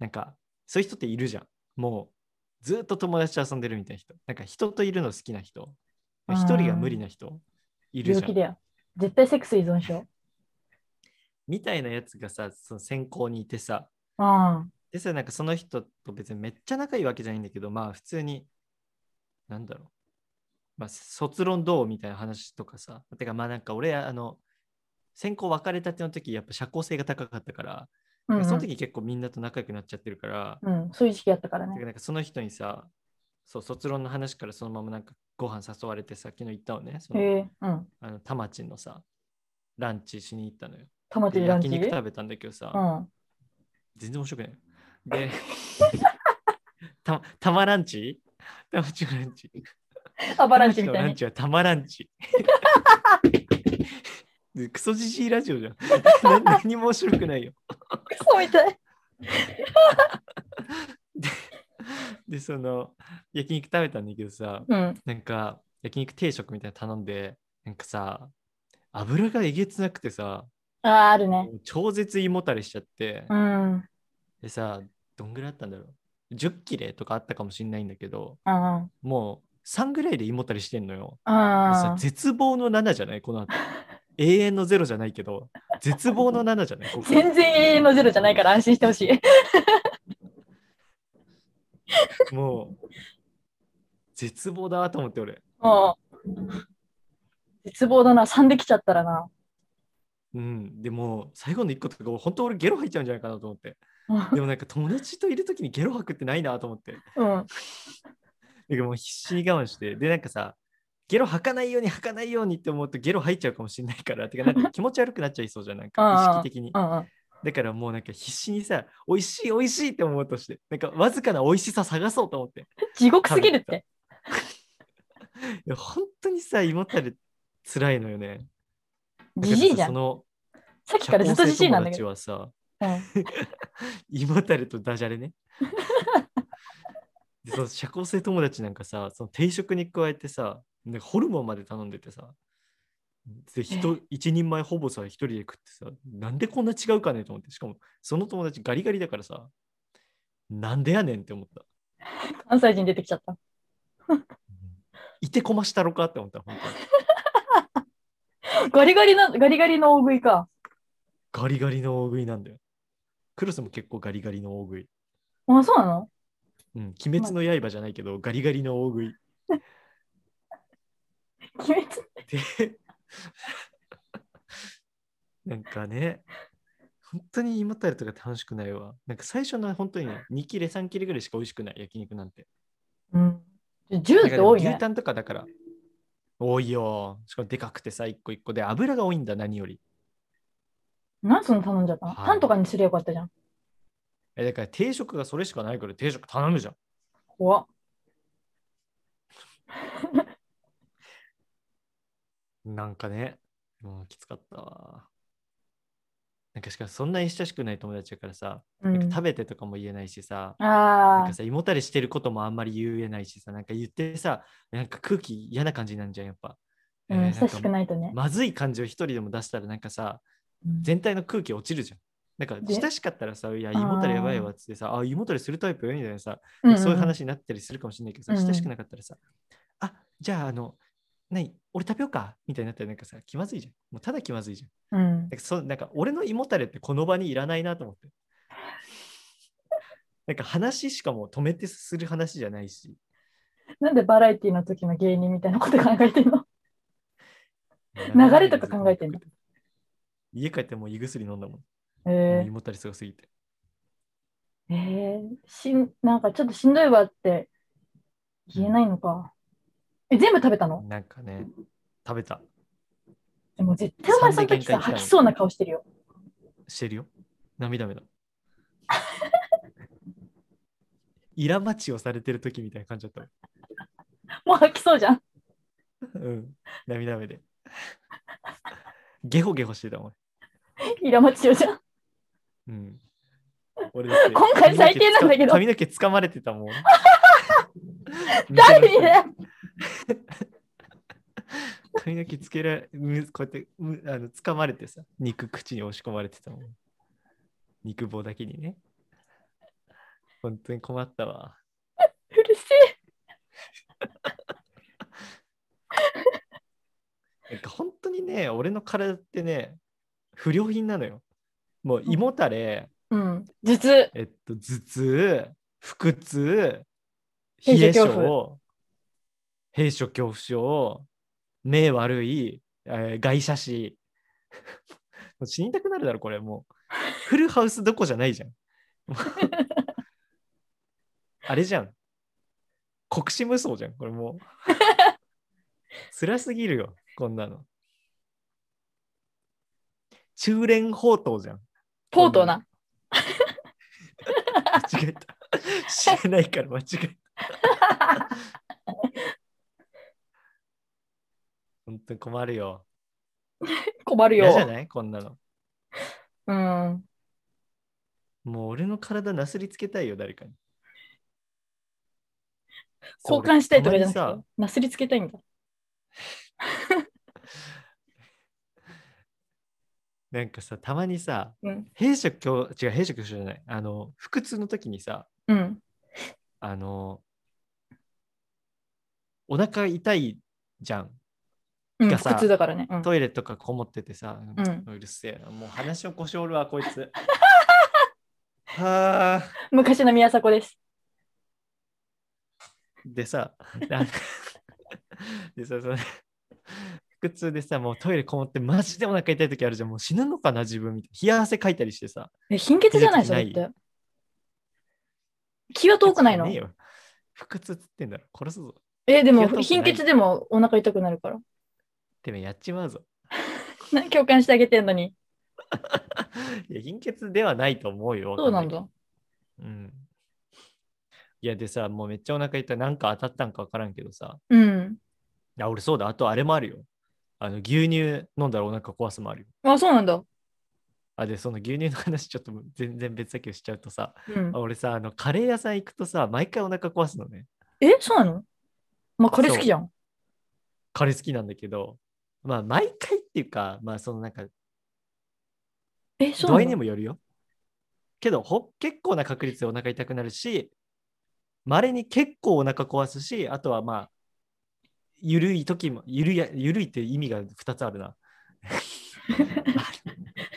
A: なんかそういう人っているじゃん。もうずっと友達と遊んでるみたいな人。なんか人といるの好きな人。
B: うん
A: 一人が無理な人いるじ
B: 病
A: ゃ
B: 気
A: ん
B: だ。よ。絶対セックス依存症。
A: みたいなやつがさ、その先行にいてさ。
B: うん。
A: でさ、なんかその人と別にめっちゃ仲いいわけじゃないんだけど、まあ普通に、なんだろう。まあ卒論どうみたいな話とかさ。てかまあなんか俺、あの、専攻別れたての時、やっぱ社交性が高かったから、
B: うん、
A: その時結構みんなと仲良くなっちゃってるから、
B: うん、そういう時期やったから
A: て
B: ね。
A: かなんかその人にさ、そう、卒論の話からそのままなんかご飯誘われてさ、昨日行ったのね。その、
B: へえうん。
A: あの、田町のさ、ランチしに行ったのよ。
B: トマト
A: で
B: でランチ
A: 焼肉食べたんだけどさ、
B: うん。
A: 全然面白くない。で、 たたまランチたまちランチ。
B: あ、バランチみ
A: た
B: た
A: ま
B: い
A: ラン
B: に。
A: チはたまランチ。でクソじじいラジ オじゃん。な何も面白くないよ。
B: クソみたい。
A: で、その、焼肉食べたんだけどさ、
B: うん。
A: なんか、焼肉定食みたいなの頼んで、なんかさ、油がえげつなくてさ、
B: あー、あるね。
A: 超絶胃もたれしちゃって、
B: うん。うん
A: でさ、どんぐらいあったんだろう。10切れとかあったかもしれないんだけど、
B: うん。
A: もう3ぐらいで胃もたれしてんのよ。
B: あ
A: さ
B: あ。
A: 絶望の7じゃないこ の後。永遠の0じゃないけど、絶望の7じゃないここ
B: 全然永遠のゼロじゃないから安心してほしい。
A: もう、絶望だと思って俺。
B: もう、絶望だな。3できちゃったらな。
A: うん、でも最後の1個とか本当俺ゲロ吐いちゃうんじゃないかなと思って
B: う
A: でもなんか友達といる時にゲロ吐くってないなと思って
B: ん。
A: だからもう必死に我慢して、で、なんかさ、ゲロ吐かないように吐かないようにって思うとゲロ吐いちゃうかもしれないから、てかなんか気持ち悪くなっちゃいそうじゃん、なん
B: ああ
A: か意識的に
B: う。ん。
A: だからもうなんか必死にさ、美味しい美味しいって思うとして、なんかわずかな美味しさ探そうと思って。い
B: 地獄すぎるって。
A: や本当にさ、胃もたれ辛いのよね。
B: じじいじ
A: だからさ
B: ゃ
A: そ
B: ん。
A: の、
B: さっきからずっとじじいなんだけ
A: 社交性友達
B: ど。
A: はさ、
B: う ん
A: 胃もたれとダジャレね。でその社交性友達なんかさ、その定食に加えてさ、なんかホルモンまで頼んでてさ、で人一人前ほぼさ、一人で食ってさ、なんでこんな違うかねと思って、しかもその友達ガリガリだからさ、なんでやねんって思った。
B: 関西人出てきちゃった。
A: いてこましたろかって思った、本当に
B: ガリガリな、ガリガリの大食いか。
A: ガリガリの大食いなんだよ。クロスも結構ガリガリの大食い。
B: あ、そうなの
A: うん、鬼滅の刃じゃないけど、ガリガリの大食い。
B: 鬼滅
A: でなんかね、本当に胃もたれとか楽しくないわ。なんか最初の本当にね、2切れ、3切れぐらいしか美味しくない、焼肉なんて。
B: うん。10っ
A: だか
B: て
A: ら
B: 多い
A: 牛
B: ね。
A: タンとかだから、多いよ。しかもでかくてさ、1個1個で、油が多いんだ、何より。
B: 何その頼んじゃったの
A: はい
B: タンとかにすりゃよかったじゃん。
A: えだから定食がそれしかないから定食頼むじゃん。
B: 怖っ
A: なんかね、もうきつかったわ。なんかしかもそんなに親しくない友達だからさ、
B: う
A: なん
B: ん
A: か。食べてとかも言えないしさ、なん
B: あ
A: かさ、胃もたれしてることもあんまり言えないしさ、なんか言ってさ、なんか空気嫌な感じなんじゃん、やっぱ。
B: あ、
A: え
B: う
A: ーな
B: ん、親
A: ん
B: しく
A: か
B: ないとね。
A: まずい感じを一人でも出したら、なんかさ、全体の空気落ちるじゃん。なんか
B: で
A: 親しかったらさ、いや、
B: あ
A: 胃
B: ー
A: もたれやばいわっつってさ、あ、胃もたれするタイプよみたいなさ、
B: うん
A: そういう。話になったりするかもしれないけどさ、
B: うんうん
A: 親しくなかったらさ、あ、じゃあ、あの、何俺食べようかみたいになったらなんかさ、気まずいじゃん。もうただ気まずいじゃん。
B: うんうん。
A: なんかそうなんか俺の胃もたれってこの場にいらないなと思 って。なんか話しかも止めてする話じゃないし。
B: なんでバラエティの時の芸人みたいなこと考えてん の流れとか考えてんの
A: 家帰ってもう胃薬飲んだもん。もう
B: え
A: 胃もたれすごすぎて。
B: ー、えーしん、なんかちょっとしんどいわって言えないのか。え、全部食べたの
A: なんかね、食べた。
B: でも絶対お前その
A: 三大
B: 時さ、
A: 限界行ったの
B: 吐きそうな顔してるよ。
A: してるよ。涙目だ。 イラマチをされてる時みたいな感じだったもん。
B: もう吐きそうじゃん。
A: うん。涙目で。ゲホゲホしてたもん。
B: イラマチオじゃん。
A: うん。俺だって
B: 今回最低なんだけど
A: 髪の毛つか髪の毛掴まれてた もん。
B: 誰にだよ
A: 髪の毛つけられ、むこうやってむあの掴まれてさ、肉口に押し込まれてたもん。肉棒だけにね。本当に困ったわ。
B: うるせえ。
A: なんか本当にね、俺の体ってね、不良品なのよ。もう胃もたれ、
B: うん。頭痛。
A: えっと、頭痛、腹痛、冷
B: 閉所
A: え
B: 恐
A: 症、閉所恐怖症、目悪い、えー外車死。 もう死にたくなるだろ、これもう。フルハウスどこじゃないじゃん。 もうあれじゃん。国士無双じゃん、これもう。辛すぎるよ、こんなの。中連宝刀じゃん。
B: とうとうな。
A: 間違えた。知らないから間違えた。本当に困るよ。
B: 困る
A: 嫌じゃ
B: よ。
A: ないこんなの。
B: うん。
A: もう俺の体なすりつけたいよ、誰かに。
B: 交換したいとかじゃ
A: そう俺たま
B: なく
A: に
B: て、なすりつけたいんだ。
A: さなんかさ、たまにさ、
B: うん。
A: 閉所今日、違う、閉所恐怖症じゃない。あの、腹痛の時にさ、
B: うん。
A: あの、お腹痛いじゃん。
B: うん、
A: がさ
B: 腹痛だからね。うん
A: トイレとかこもっててさ、
B: うん
A: うるせえな。もう話をこしおるわ、こい つ。はあ。
B: 昔の宮迫です。
A: で さ、なんかでさ、その腹痛でさ、もうトイレこもって、マジでお腹痛い時あるじゃん。もう死ぬのかな、自分みたいな。冷や汗かいたりしてさ。
B: え、貧血じゃないそれって。気は遠くないの
A: ねえよ腹痛っつってんだろ。殺すぞ。
B: え、でも
A: 気は遠くない
B: 貧血でもお腹痛くなるから。
A: てめえやっちまうぞ。
B: な共感してあげてんのに。
A: いや、貧血ではないと思うよ。
B: そうなん
A: わ
B: だ。
A: かんないけど。うん。いや、でさ、もうめっちゃお腹痛い。なんか当たったんかわからんけどさ。
B: うん。
A: あ、俺そうだ。あとあれもあるよ。あの、牛乳飲んだらお腹壊すもあるよ。
B: あ、そうなんだ。
A: あ、で、その牛乳の話ち ょっと全然別だけどしちゃうとさ、
B: うん
A: あ、俺さ、あの、カレー屋さん行くとさ、毎回お腹壊すのね。
B: え、そうなのまあ、これ好きじゃん。
A: カレー好きなんだけど、まあ、毎回っていうか、まあ、そのなんか、
B: え、そう
A: 度合いに
B: なの
A: もよるよ。けどほ、結構な確率でお腹痛くなるし、まれに結構お腹壊すし、あとはまあ、ゆるい時も、ゆるやゆるいって意味が2つあ るな。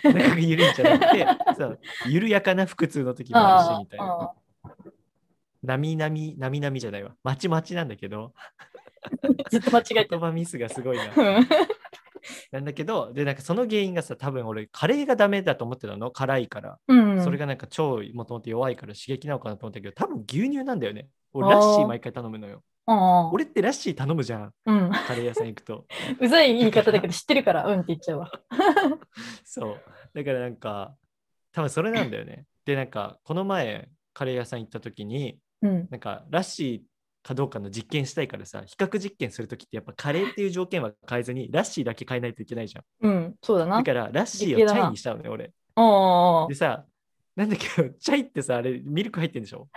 A: お腹がゆるいんじゃなくて、そう緩やかな腹痛の時もあるし、
B: あ
A: みたいな。
B: あ
A: なみなみ、なみなみじゃないわ。まちまちなんだけど、
B: ー、ずっと間違えて
A: 言葉ミスがすごいな。
B: る。
A: なんだけど、で、なんかその原因がさ、多分俺、カレーがダメだと思ってたの、辛いから。
B: うん。うん
A: それがなんか超もともと弱いから刺激なのかなと思ったけど、多分牛乳なんだよね。
B: あ
A: 俺、
B: ー
A: ラッシー毎回頼むのよ。
B: あ
A: 俺ってラッシー頼むじゃん、
B: あ、うん。
A: カレー屋さん行く と。
B: うざい言い方だけど知ってるから、うんって言っちゃうわ。
A: そう。だからなんか、多分それなんだよね。で、なんか、この前、カレー屋さん行った時に、
B: うん。
A: なんか、ラッシーかどうかの実験したいからさ、比較実験するときって、やっぱカレーっていう条件は変えずに、ラッシーだけ変えないといけないじゃん。
B: うん、そうだな。
A: だ
B: あ
A: から、ラッシ
B: 理
A: ー
B: 系
A: を
B: だ
A: チ
B: な
A: ャイにしたのね、俺。
B: あ
A: で、さ、なんだけど、チャイってさ、あれ、ミルク入ってんでしょ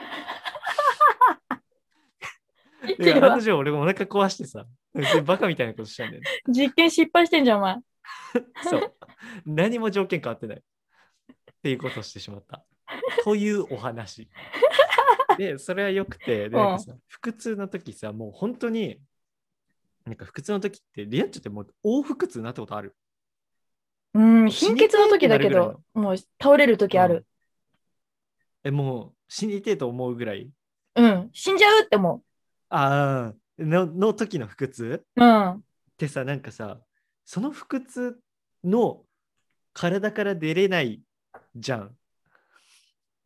B: 言っ
A: で
B: てる
A: 案
B: わ
A: の。定俺もお腹壊してさ、それバカみたいなことしたんだよ ね。
B: 実験失敗してんじゃん、お前。
A: そう。何も条件変わってない。っていうことをしてしまった。というお 話。で、それはよくて、で
B: うん
A: なんかさ腹痛の時さ、もう本当に、なんか腹痛の時って、リアッチョってもう大腹痛になったことある。
B: うん、貧血の時だけど、もう倒れる時ある。
A: え、もう死にてえと思うぐらい。
B: うん、死んじゃうって思
A: ああ、のの時の腹痛
B: う。うん。
A: ってさなんかさその腹痛の体から出れないじゃん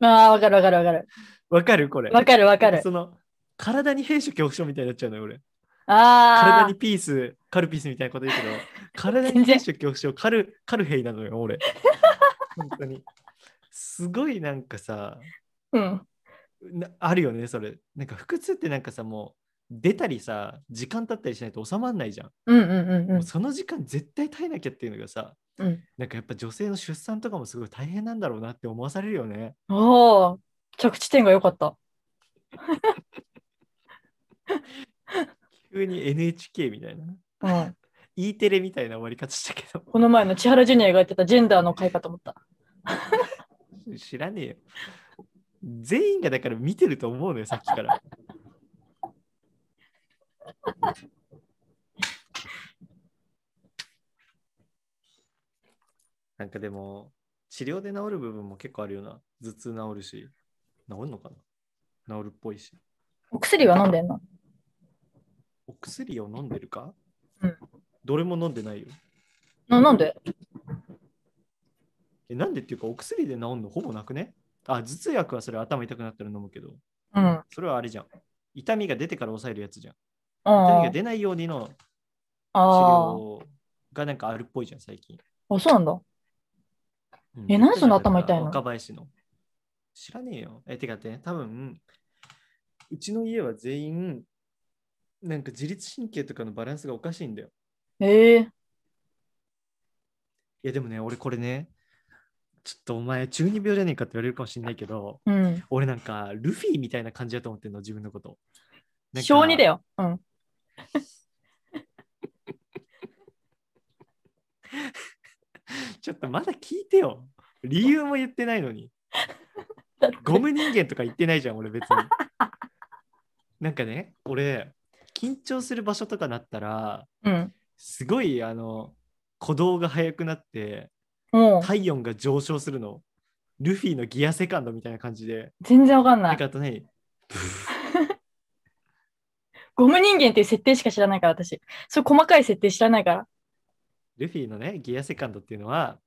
B: ああ、わかるわかるわかる。
A: わかるこれ
B: わかるわかる。
A: その体に閉所恐怖症みたいになっちゃうのよ俺体
B: あ
A: にピースカルピスみたいなこと言うけ ど体に閉所恐怖症カルカルヘイなのよ俺本当にすごいなんかさ
B: あ、うん。
A: なあるよねそれなんか腹痛ってなんかさもう出たりさ時間経ったりしないと収まんないじゃん
B: うんうんうんう
A: も
B: ん
A: う。その時間絶対耐えなきゃっていうのがさ、
B: うん
A: なんかやっぱ女性の出産とかもすごい大変なんだろうなって思わされるよね。
B: おお、着地点が良かった。
A: 急に NHK みたいな。
B: うん、
A: E テレみたいな終わり方したけど、
B: この前の千原ジュニアが言ってたジェンダーの回かと思った。
A: 知らねえよ。全員がだから見てると思うのよ、さっきから。 なんかでも、治療で治る部分も結構あるよな。頭痛治るし、治るのかな治るっぽいし。
B: お薬は飲んでんの
A: お薬を飲んでるか
B: うん
A: どれも飲んでないよ。
B: ななんで
A: えなんでっていうか、お薬で治るのほぼなくねあ、頭痛薬はそれ頭痛くなったら飲むけど、
B: うん。あ
A: それはあれじゃん。痛みが出てから抑えるやつじゃん。痛み
B: あ
A: が出ないようにの治
B: あ
A: 療がなんかあるっぽいじゃん、最近。
B: ーあ、そうなんだ。
A: うん
B: え何その頭痛いの
A: 若林の。知らねえよ。え、てかって、多分うちの家は全員、なんか自律神経とかのバランスがおかしいんだよ。
B: ええ
A: いやでもね、俺これね、ちょっとお前中二病じゃねえかって言われるかもしれないけど、
B: うん。
A: 俺なんかルフィみたいな感じだと思ってんの、自分のこと。なんか
B: 小児だ。よ。うん。
A: ちょっとまだ聞いてよ。理由も言ってないのに。
B: だって
A: ゴム人間とか言ってないじゃん、俺別に。なんかね、俺、緊張する場所とかなったら
B: うん。
A: すごいあの鼓動が速くなって
B: もう、
A: 体温が上昇するのルフィのギアセカンドみたいな感じで
B: 全然わかんな
A: なんか
B: い。
A: あと何
B: ゴム人間っていう設定しか知らないから、私。そう細かい設定知らないから。
A: ルフィのねギアセカンドっていうのは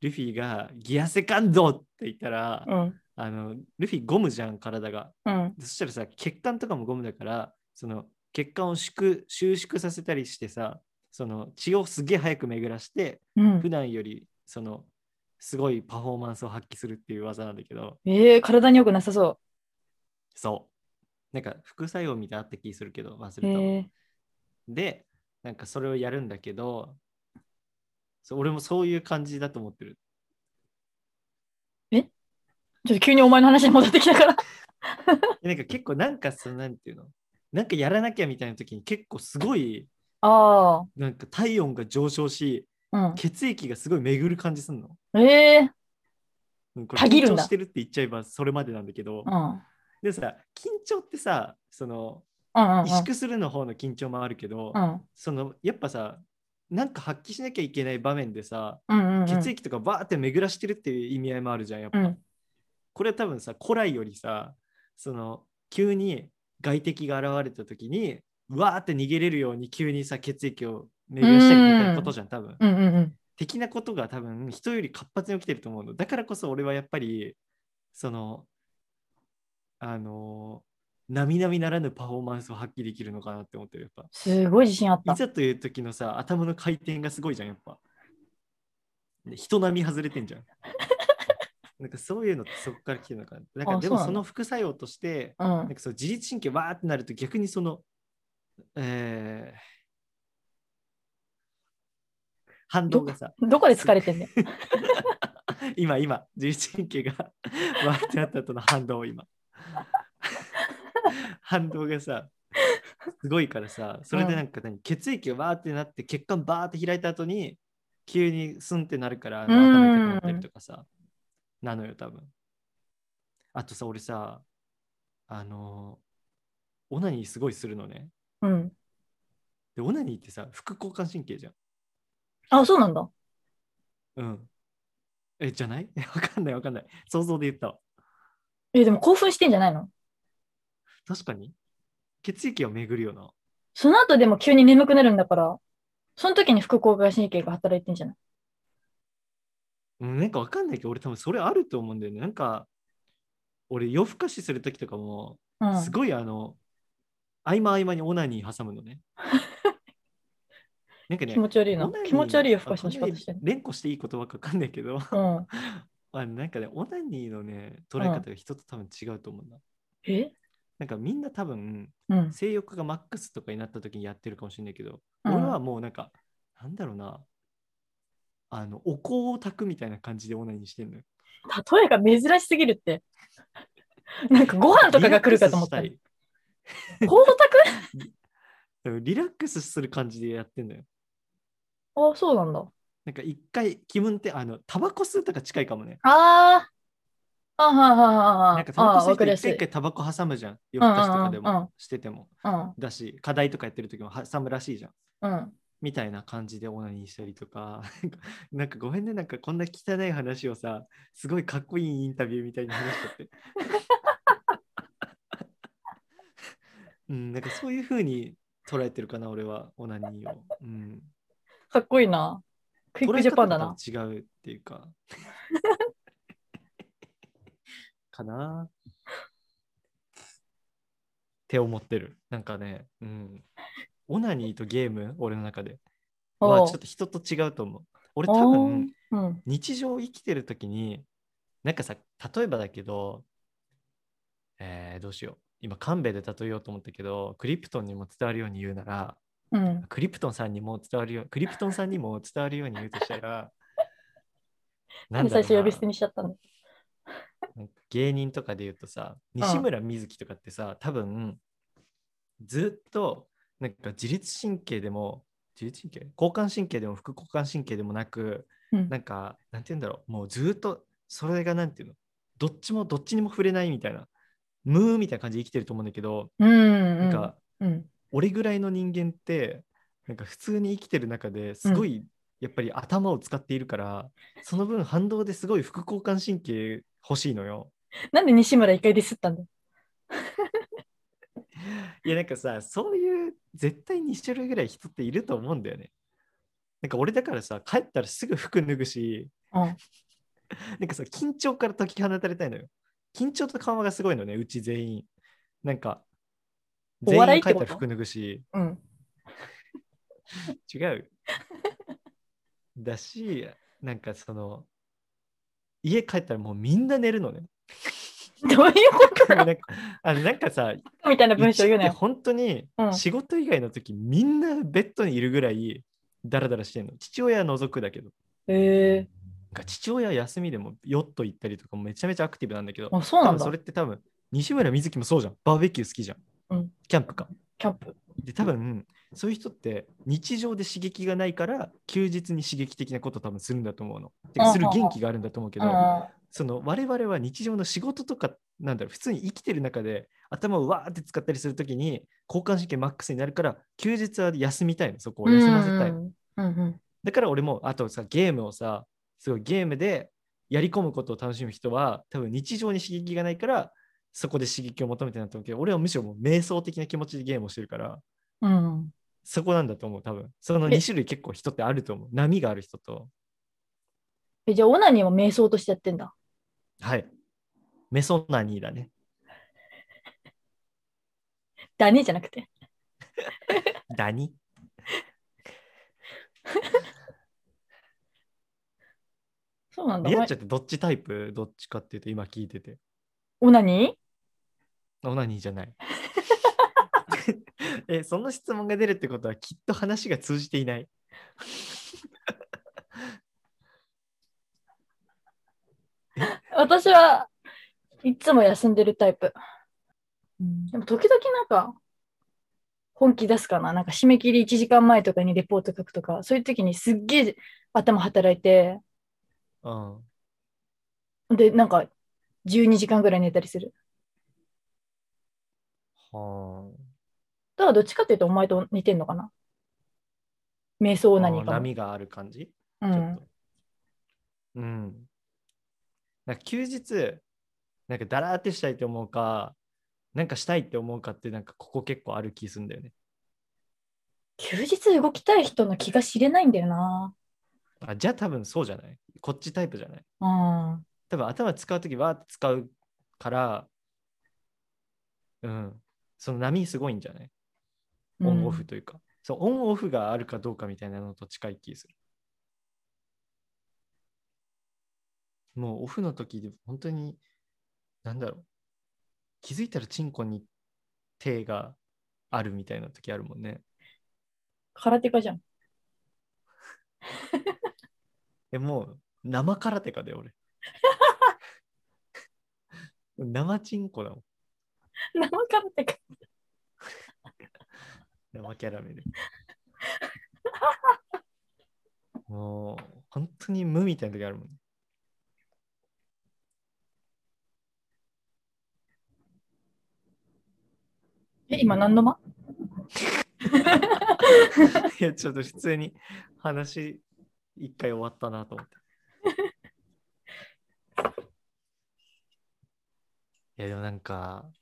A: ルフィがギアセカンドって言ったら、
B: うん。
A: あのルフィゴムじゃん体が
B: うん。
A: そしたらさ血管とかもゴムだからその血管を縮収縮させたりしてさその血をすげえ早く巡らして
B: うん
A: 普。段よりそのすごいパフォーマンスを発揮するっていう技なんだけど
B: ええ体に良くなさそ
A: そうなんか副作用みたいなのあった気するけど忘
B: う。
A: れた、
B: え
A: でなんかそれをやるんだけどそう俺もそういう感じだと思ってる
B: ーちょっと急にお前の話に戻ってきた から。
A: なんか結構なんかそのなんていうのなんかやらなきゃみたいな時に結構すごい
B: あ
A: なんか体温が上昇し
B: あ。
A: 血液がすごい巡る感じすんの。
B: うん。ええ
A: うんこれ
B: たぎるん
A: 緊
B: だ
A: 張してるって言っちゃえばそれまでなんだけど、
B: うん。
A: でさ緊張ってさその
B: うんうん
A: 萎縮するの方の緊張もあるけど、
B: うん。
A: そのやっぱさなんか発揮しなきゃいけない場面でさ
B: うんうんうん。
A: 血液とかバーって巡らしてるっていう意味合いもあるじゃんやっぱ、
B: うん
A: これは多分さ古来よりさその急に外敵が現れた時にうわーって逃げれるように急にさ血液を巡らしたりみたいなことじゃん多分
B: うんうんうん。
A: 的なことが多分人より活発に起きてると思うのだからこそ俺はやっぱりそのあの並々ならぬパフォーマンスを発揮できるのかなって思ってるやっ
B: すごい自信あっ
A: ぱ
B: た
A: い。ざという時のさ頭の回転がすごいじゃんやっぱで人並み外れてん じゃんなんかそういうのってそこから来てるのかななんか
B: あ
A: で
B: そう
A: も
B: なんだ
A: その副作用として
B: うん
A: なん。かそう自律神経わーってなると逆にその、えー反動がさ、
B: どこで疲れてんだ よ。
A: 今今、自律神経が わーってなった後の反動を今。 反動がさ、すごいからさ、それでなんか何、血液がわーってなって血管バーって開いた後に急にスンってなるからあの
B: うん
A: 頭痛くなったりとかさ、なのよ多分。あとさ、俺さ、あのオナニーすごいするのね。
B: うん。
A: で、オナニーってさ、副交感神経じゃん。
B: あ、そうなんだ。
A: うん。え、じゃない わかんないわかんない。想像で言ったわ。
B: え、でも興奮してんじゃないの
A: 確かに。血液は巡るよな。
B: その後でも急に眠くなるんだから、その時に副交感神経が働いてんじゃない
A: うん、なんかわかんないけど、俺多分それあると思うんだよね。なんか、俺夜更かしするときとかも、
B: うん。
A: すごいあの、合間合間にオナニー挟むの ね。なんかね
B: 気、持ち悪い
A: オ
B: な
A: ナニ。ー
B: 気持ち悪いよ、深
A: あ
B: しの仕
A: こん
B: 方
A: なに
B: してる。
A: 連呼していい言葉かわかんないけど、
B: うん。
A: あのなんかね、オナニーのね、捉え方が人と多分違うと思うんだ。
B: え
A: なんかみんな多分、
B: うん。
A: 性欲がマックスとかになった時にやってるかもしれないけど、
B: うん
A: 俺はもうなんか、なんだろうな、あの、お香を炊くみたいな感じでオナニーしてんのよ。
B: 例えが珍しすぎるって。 なんかご飯とかが来るかと思った。
A: リラック
B: 光沢
A: スしたいうんリラックスする感じでやってんのよ。
B: あ、そうなんだ。
A: なんか一回気分って、あの、タバコ吸うとか近いかもね。
B: あー。あははは
A: なん
B: は
A: か。タバコ
B: あー、
A: 吸う
B: わ
A: 人
B: かりや
A: 一
B: す
A: 回
B: い
A: 一。回タバコ挟むじゃん。夜更かしとかで
B: うんうんうん
A: もしてても。
B: うん。
A: だし、課題とかやってる時も挟むらしいじゃん。
B: うん。
A: みたいな感じでオナニーしたりとか、 なんかなんかごめんね、なんかこんな汚い話をさ、すごいかっこいいインタビューみたいに話しちゃって。 うん、なんかそういうふうに捉えてるかな、俺は、オナニーを。うん、
B: かっこいいな。クイッ
A: 捉
B: ク
A: え
B: ジャパ
A: 方
B: ンだ
A: が
B: な。
A: 違うっていうか。 かなって思ってる。なんかね、うん。オナニーとゲーム、俺の中で。は
B: お
A: ちょっと人と違うと思う。俺多
B: お
A: 分
B: うん。
A: 日常生きてる時になんかさ例えばだけど、えーどうしよう今勘弁で例えようと思ったけどクリプトンにも伝わるように言うなら
B: うん。
A: クリプトンさんにも伝わるようクリプトンさんにも伝わるように言うとした ら
B: な
A: なんん
B: で
A: だろ
B: 最
A: うな
B: 初呼び捨てにしちゃったの
A: なんか芸人とかで言うとさ
B: ん
A: 西村瑞希とかってさ多分ずっとなんか自律神経でも自律神経交感神経でも副交感神経でもなく
B: うん
A: なんかなんて言うんだろうもうずっとそれがなんていうのどっちもどっちにも触れないみたいなムーみたいな感じで生きてると思うんだけど、
B: うん。
A: なんか
B: うん。
A: 俺ぐらいの人間ってなんか普通に生きてる中ですごいやっぱり頭を使っているから、その分反動ですごい副交感神経欲しいのよ。
B: なんで西村一回ディスったんだよ
A: いやなんかさそういう絶対2種類ぐらい人っていると思うんだよね。なんか俺だからさ帰ったらすぐ服脱ぐし
B: うん。
A: なんかさ、緊張から解き放たれたいのよ。緊張と緩和がすごいのね、うち全員。なんか、
B: お
A: 全員
B: 笑いっ
A: 帰っ
B: てこ
A: た
B: と
A: ら服脱ぐし、
B: うん。
A: 違う。だし、なんかその、家帰ったらもうみんな寝る のね。
B: どういうこと
A: なんかあのなんかさ、
B: みたいな文章言うな
A: うちって
B: よ。
A: 本当に
B: うん
A: 仕事以外の時、みんなベッドにいるぐらいダラダラしてんの。父親は除くだけど。
B: へえ
A: なんか父親は休みでもヨット行ったりとかもめちゃめちゃアクティブなんだけど、
B: あ、そう
A: 多
B: なん
A: 分
B: だ
A: そ。れって多分西村瑞希もそうじゃんバーベキュー好きじゃん、
B: うん
A: キャンプか
B: キャンプ。
A: で多分そういう人って日常で刺激がないから休日に刺激的なこと多分するんだと思うのて
B: うん
A: かする元気があるんだと思うけ
B: う
A: ど、
B: ん。
A: その我々は日常の仕事とかなんだろう普通に生きてる中で頭をわーって使ったりするときに交感神経マックスになるから休日は休みたいのそこを休ませたいの、
B: うんうん
A: だから俺もあとさゲームをさすごいゲームでやり込むことを楽しむ人は多分日常に刺激がないからそこで刺激を求めてるんだと思うけど俺はむしろもう瞑想的な気持ちでゲームをしてるから
B: うん。うん。
A: そこなんだと思う多分その
B: え
A: 2種類結構人ってあると思う波がある人と
B: え、じゃあ、オナニーは瞑想としてやってんだ。
A: はいメソナニーだね
B: だねじゃなくて。
A: ダニ
B: そうなんだ。
A: リ
B: お
A: ア
B: 前
A: ちゃんってどっちタイプどっちかっていうと今聞いてて
B: オナニ
A: オナニーじゃ ないえその質問が出るってことはきっと話が通じていない
B: ー私はいつも休んでるタイプ。うん、でも、時々なんか、本気出すかな。なんか、締め切り1時間前とかにレポート書くとか、そういう時にすっげえ頭働いて、
A: うん
B: で、なんか、12時間ぐらい寝たりする。
A: は
B: だから、どっちかっていうと、お前と似てんのかな。瞑想
A: あ。
B: オナニー
A: あー
B: かも。
A: 波がある感じ、
B: う
A: ちょ
B: ん
A: っ。と。うん。なんか休日、なんかだらーってしたいと思うか、なんかしたいって思うかって、なんかここ結構ある気すんだよね。
B: 休日動きたい人の気が知れないんだよな。
A: あじゃあ多分そうじゃないこっちタイプじゃない
B: うん。
A: 多分頭使うときは使うから、うん。その波すごいんじゃないオンオフというか。そうオンオフがあるかどうかみたいなのと近い気する。もうオフの時で本当に、なんだろう。気づいたらチンコに手があるみたいな時あるもんね。
B: 空手家じゃん。
A: でもう生空手かで俺。生チンコだもん。
B: 生空手家。
A: 生キャラメル。 もう本当に無みたいな時ある もんね。
B: え、今何の間
A: いや、ちょっと普通に話、一回終わったなと思って。いや、でもなんか、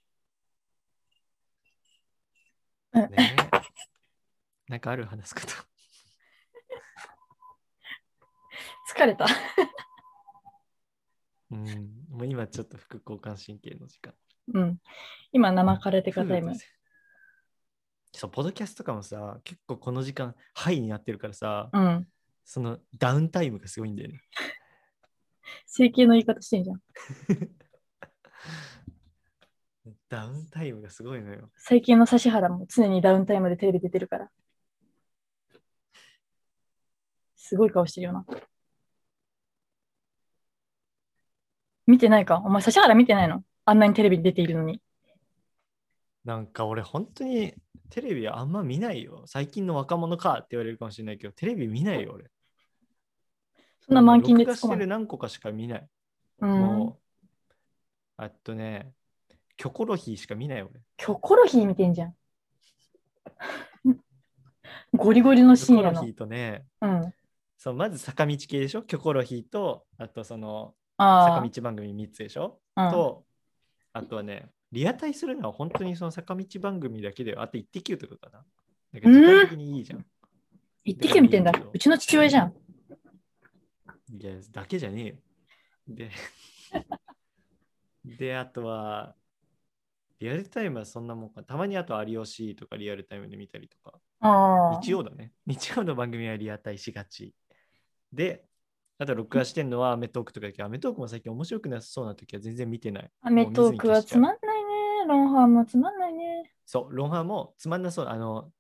B: うん
A: ねなんかある話すこと。
B: 疲れた。
A: うん、もう今ちょっと副交感神経の時間。
B: うん。今生空手家タイム。
A: そう、ポッドキャストとかもさ、結構この時間、ハイになってるからさ、
B: うん。
A: そのダウンタイムがすごいんだよね。
B: 整形の言い方してんじゃん。
A: ダウンタイムがすごいのよ。
B: 最近の指原も常にダウンタイムでテレビ出てるから。すごい顔してるよな。見てないかお前指原見てないのあんなにテレビに出ているのに。
A: なんか俺本当にテレビあんま見ないよ。最近の若者かって言われるかもしれないけど、テレビ見ないよ俺。
B: そんな満勤で
A: 録
B: 突
A: 画して
B: っ込まな
A: る
B: い。
A: 何個かしか見ない。
B: うん。
A: もう、あとね、キョコロヒーしか見ない俺。
B: キョコロヒー見てんじゃん。 ゴリゴリの
A: キョ
B: 深
A: コ
B: 夜
A: ロ
B: の
A: ヒ。ーとね、
B: うん。
A: そうまず坂道系でしょキョコロヒーと、あとその坂
B: あ
A: 道番組3つでしょ
B: あ。うん、
A: と、あとはね、リアタイするのは本当にその坂道番組だけで、あと1滴ってことかな。だから時間的にいいじゃん。
B: 一滴見てんだ
A: でもいいよ。
B: うちの父親じゃん。
A: いや、だけじゃねえよ。で、 で、あとは、リアルタイムはそんなもんか。たまにあと有吉とかリアルタイムで見たりとか。
B: ああ。
A: 日曜だね。日曜の番組はリアタイしがち。で、あと録画してんのはアメトークとかだけど、アメトークも最近面白くなさそうな時は全然見てない。
B: アメトークはつまんないね。ロンハーもつまんないね。
A: そう、ロンハーもつまんなそう。あの、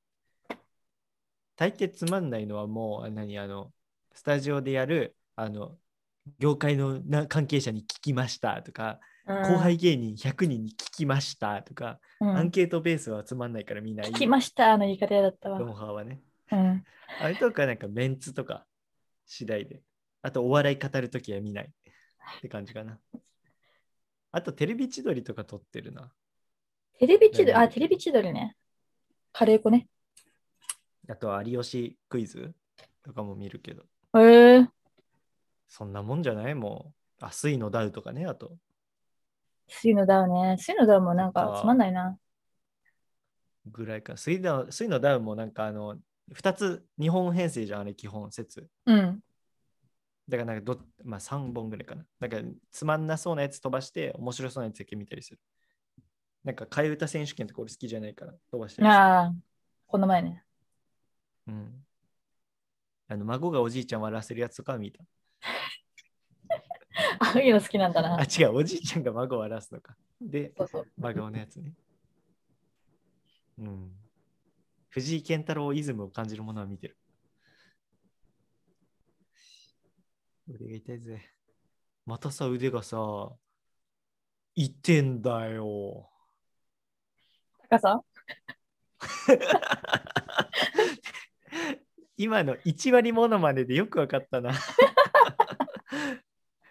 A: 大抵つまんないのはもう、あ何、あの、スタジオでやる、あの、業界のな関係者に聞きましたとか、
B: 後
A: 後輩、芸人100人に聞きましたとか、
B: うん
A: アンケートベースはつまんないからみんないい
B: 聞きましたの言い方やだったわ。
A: ロンハーはね。
B: うん、
A: あれとかなんかメンツとか次第で。あとお笑い語るときは見ないって感じかな。あとテレビ千鳥とか撮ってるな。
B: テレビ千鳥、
A: 何
B: あ、テレビ千鳥ね。カレー粉ね。
A: あとは有吉クイズとかも見るけど。
B: へえ
A: そんなもんじゃないもう。あ、水のダウとかね、あと。
B: 水のダウね。水のダウもなん
A: そっ
B: か
A: か
B: つまんないな。
A: ぐらいか。水の水のダウもなんかあの、2つ、日本編成じゃん、あれ、基本説。
B: うん。
A: だからなんかど、まあ3本ぐらいかな。だからつまんなそうなやつ飛ばして、面白そうなやつだけ見たりする。なんか替え歌選手権とか俺好きじゃないから飛ばしてる。
B: ああ、この前ね。
A: うん。あの、孫がおじいちゃん笑わせるやつとかは見た。
B: ああいうの好きなんだな
A: あ、。違う、おじいちゃんが孫を笑わすのか。で、
B: そうそう。
A: 孫のやつね。うん。藤井健太郎イズムを感じるものは見てる。腕が痛いぜ。またさ、腕がさ、痛てんだよ。
B: 高さん
A: 今の1割モノマネでよくわか ったな。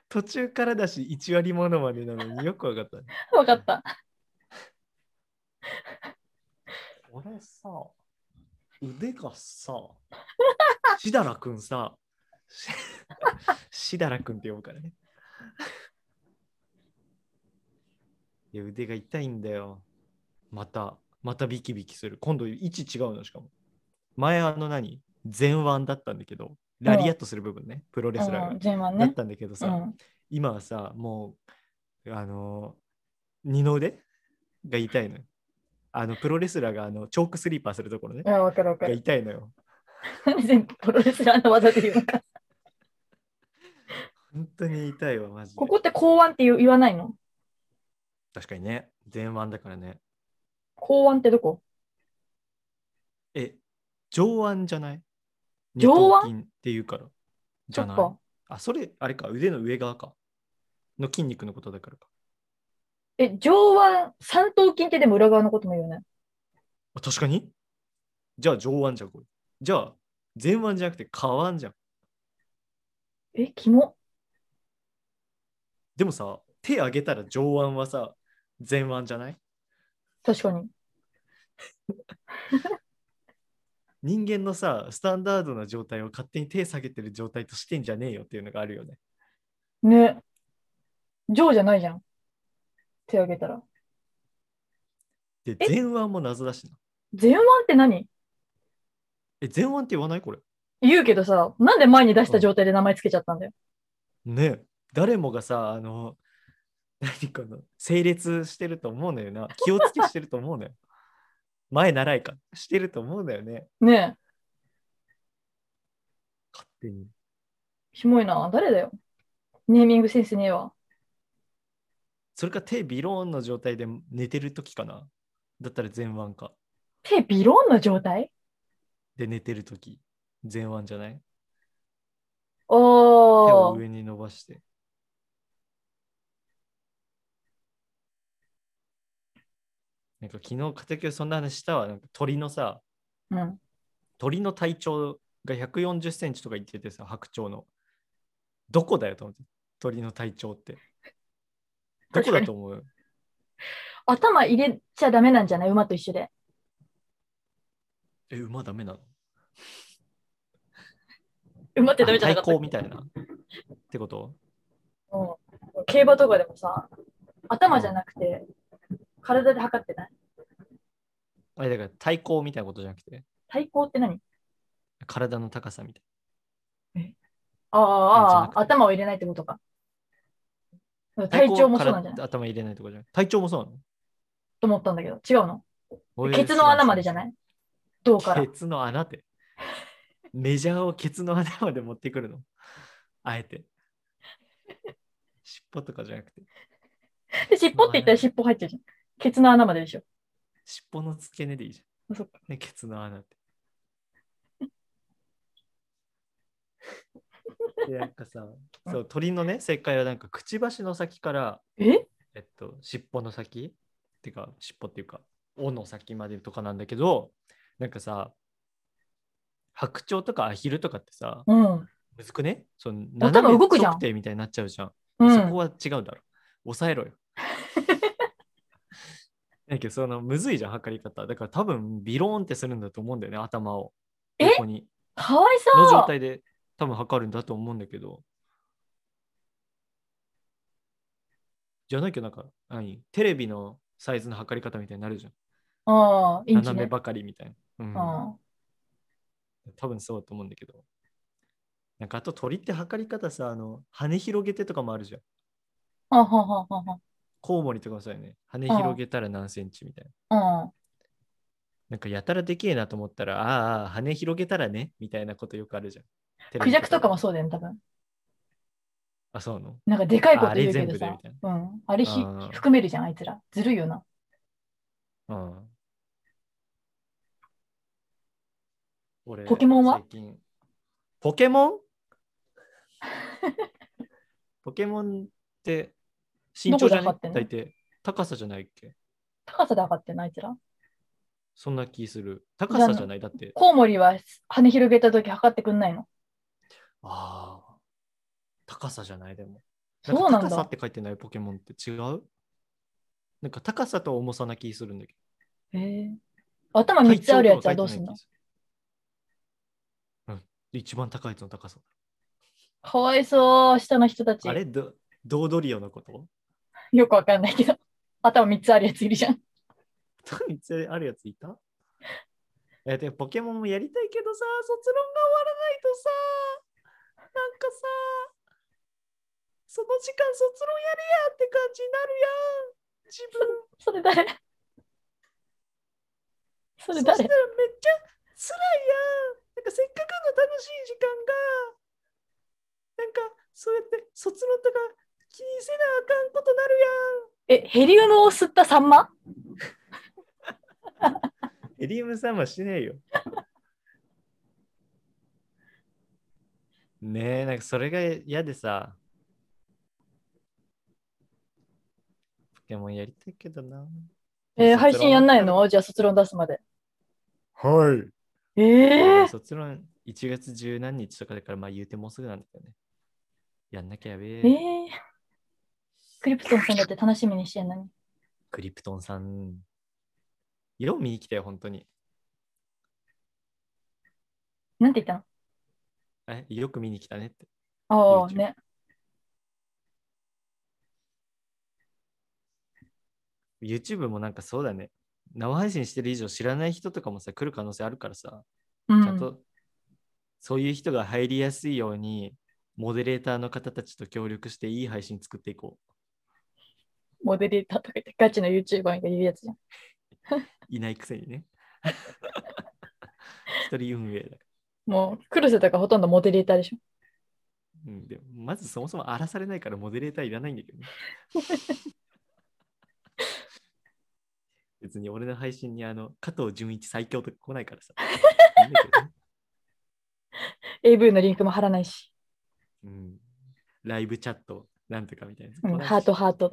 A: 途中からだし1割モノマネなのによくわかったね。
B: わかった。
A: 俺さ、腕が さ、しだらくんさ、し しだらくんって呼ぶからね。 いや、腕が痛いんだよ。また、またビキビキする。今度位置違うのしかも。前あの何前腕だったんだけど、ラリアットする部分ね、プロレスラーが。
B: うん、順番
A: だっ
B: ね。
A: たんだけど
B: う
A: さ、
B: ん。
A: 今はさもうあの二の腕が痛いのよあのプロレスラーがあのチョークスリーパーするところね
B: うん、わかるわか
A: が
B: る。
A: 痛いのよ
B: なんで全部プロレスラーの技で言うの か。
A: 本当に痛いわマジで
B: ここって公安って言う言わないの
A: 確かにね前腕だからね
B: 公安ってどこ
A: え上腕じゃない
B: 上
A: 二頭
B: 腕
A: 筋っていうからじ
B: そ
A: ゃ
B: っ
A: ない
B: か。
A: あそれあれか腕の上側かの筋肉のことだからか
B: え、上腕、三頭筋ってでも裏側のことも言うね。
A: あ確かにじゃあ上腕じゃんこれじゃあ前腕じゃなくて下腕じゃん
B: え、キモ。
A: でもさ、手上げたら上腕はさ、前腕じゃない
B: 確かに。
A: 人間のさ、スタンダードな状態を勝手に手下げてる状態としてんじゃねえよっていうのがあるよね。
B: ね。上じゃないじゃん。手挙げたら。
A: で、
B: え
A: 前腕も謎だしな。
B: 前腕って何
A: え、前腕って言わないこれ。
B: 言うけどさ、なんで前に出した状態で名前つけちゃったんだよ。
A: ねえ。誰もがさ、あの、何この、整列してると思うのよな。気をつけしてると思うのよ。 前習いか。してると思うのよね。
B: ねえ。
A: 勝手に。
B: ひもいな。誰だよ。ネーミングセンスねえわ。
A: それか手ビローンの状態で寝てる時かな。だったら前腕か。
B: 手ビローンの状態
A: で、寝てる時。前腕じゃない手
B: お
A: を
B: ー。
A: 上に伸ばして。なんか昨日、片京そんな話したわ。なんか鳥のさ、
B: うん。
A: 鳥の体長が140センチとか言っててさ、白鳥の。どこだよと思って、鳥の体長って。どこだと思う
B: 頭入れちゃダメなんじゃない馬と一緒で。
A: え、馬ダメなの
B: え待って、ダメじゃ
A: 対
B: なかった
A: 抗みたいな。ってこと
B: うん競馬とかでもさ、頭じゃなくて、体で測ってない
A: あれだから対抗みたいなことじゃなくて、
B: 対抗って何
A: 体の高さみたい
B: ああ
A: じゃな
B: あ
A: くて
B: あ、頭を入れないってことか。
A: な。対
B: 体
A: 抗
B: 調もそうなんじゃない
A: 体頭入れないとこじゃない。体調もそうなの
B: と思ったんだけど、違うの
A: おい
B: ケツの穴までじゃない胴から
A: ケ。ツの穴で。メジャーをケツの穴まで持ってくるの。あえて。尻尾とかじゃなくて。
B: で、尻尾って言ったら尻尾入っちゃうじゃん。ケツの穴まででしょ。
A: 尻尾の付け根でいいじゃん。
B: そっ
A: ね、ケツの穴って。でなんかさそう鳥のね正解はなんかくちばしの先から、
B: え
A: えっと、尻尾の先っていうか尻尾っていうか尾の先までとかなんだけどなんかさ白鳥とかアヒルとかってさ
B: うん。
A: むずくねその
B: 頭動くじゃん
A: 測定みたいになっちゃうじゃん。
B: う
A: そこ
B: ん。
A: は違うんだろ。抑え ろよ。だけど、そのむずいじゃん、測り方。だから多分、ビローンってするんだと思うんだよね、頭を。
B: え
A: 横に。
B: かわい
A: の状
B: そう。
A: 態で多分測るんだと思うんだけど。じゃなきゃなんか、何テレビのサイズの測り方みたいになるじゃん。
B: ああ、インチ
A: 斜め
B: ね。
A: ばかりみたいな。
B: あ
A: うん。多分そうだと思うんだけど。なんかあと鳥って測り方さ、あの、羽広げてとかもあるじゃん。
B: あ、はははは
A: コウモリとかもそうよね。羽広げたら何センチみたいな。
B: は。
A: なんかやたらでけえなと思ったら、ああああ、羽広げたらね、みたいなことよくあるじゃん。テ
B: う
A: レ
B: ん。ク
A: ビ
B: ジャクとかも
A: で
B: そうだよね、多分。
A: あ、そうなの
B: なんかでかいこと
A: あ
B: 言
A: れ
B: うけ
A: 全
B: ど
A: 部で
B: さ
A: みたい。
B: うん。あれひ
A: あー
B: 含めるじゃん、あいつら。ずるいよな。
A: うん。俺
B: ポケモンは
A: 最近ポケ モンポケモンって身長じゃ
B: ど
A: な
B: こ
A: い
B: で測って
A: 大抵高さじゃないっけ
B: 高さで上がってんの、あいつら。
A: そんな気する。高さじゃないだって。
B: コウモリは羽広げた時測ってくんないの。
A: ああ。高さじゃないでも。
B: そうなん
A: か高さ
B: だ
A: っ。て書いてないポケモンって違うなんか高さと重さな気するんだけ
B: へえ。頭
A: ど。
B: 3つあるやつ
A: 体
B: はど
A: 長
B: う
A: とか書い
B: す
A: て
B: ん
A: ない気するう
B: の
A: ん。一番高いやつの高さ。
B: かわいそう、下の人たち
A: あ。れどドードリオのこと
B: よくわかんないけど。頭3つあるやついるじゃ
A: ド
B: ん。
A: イツあるやついたえでもポケモンもやりたいけどさ、卒論が終わらないとさ、なんかさ、その時間卒論やれやって感じになるやん。自分。
B: それ誰そ
A: そ
B: れ
A: した
B: 誰
A: らめっちゃ辛いやん。なんかせっかくの楽しい時間が、なんかそうやって卒論とか気にせなあかんことなる
B: え、ヘリウムを吸ったサンマ
A: やん。エリウムさんはしねえ よ。ねえ、なんかそれが嫌でさ。ポケモンやりたいけどな。
B: えー配信やんないのじゃあ卒論出すまで。
A: はい。
B: えー、
A: 卒論1月十何日とかだから、まあ言うてもうすぐなんだけどね。やんなきゃやべえ
B: えー、クリプトンさんだって楽しみにしてんのに。
A: クリプトンさん。よう見に来たよ、本当に。
B: なんて言った
A: え、よく見に来たねって。
B: のああ、
A: YouTube
B: ね。
A: YouTube もなんかそうだね。生配信してる以上知らない人とかもさ、来る可能性あるからさ、
B: う
A: ちゃん
B: ん。
A: とそういう人が入りやすいように、モデレーターの方たちと協力していい配信作っていこう。
B: モデレーターとか言ってガチの YouTuber が言うやつじゃん。
A: いないくせにね。 一人運営だ。
B: もう、クルスとかほとんどモデレーターでしょ。
A: うん、でもまずそもそも荒らされないからモデレーターいらないんだけどね。別に俺の配信にあの加藤純一最強とか来ないからさ。いいんだけどね
B: AV のリンクも貼らないし。
A: うん、ライブチャットなんとかみたいなやつ来な
B: う
A: い
B: ん、
A: し。
B: ハートハート。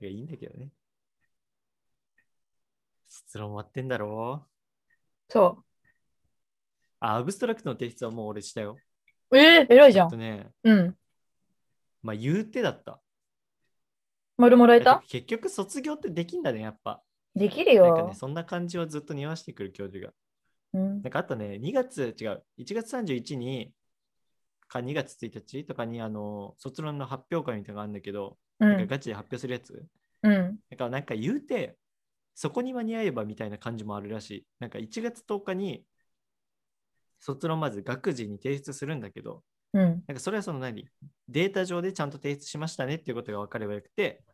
A: いやいいんだけどね。卒論終わってんだろ
B: そう
A: あ、アブストラクトの提出はもう俺したよ。。
B: えー、偉いじゃ
A: あと
B: ん。
A: ね、
B: うん。
A: まあ言うてだった。
B: 丸もらえ
A: だ
B: た
A: って結局卒業ってできんだね、やっぱ。
B: できる
A: なんかね、
B: よ。
A: そんな感じはずっと匂わしてくる教授が。
B: うん
A: な。んかあとね、2月、違う、1月31に、か2月1日とかに、あの、卒論の発表会みたいなのがあるんだけど、
B: う
A: なん
B: ん。
A: かガチで発表するやつ。
B: うん。
A: だからなんか言うて、そこに間に合えばみたいな感じもあるらしい。なんか1月10日に、卒論まず学時に提出するんだけど、
B: うん。
A: なんかそれはその何データ上でちゃんと提出しましたねっていうことが分かればよくて、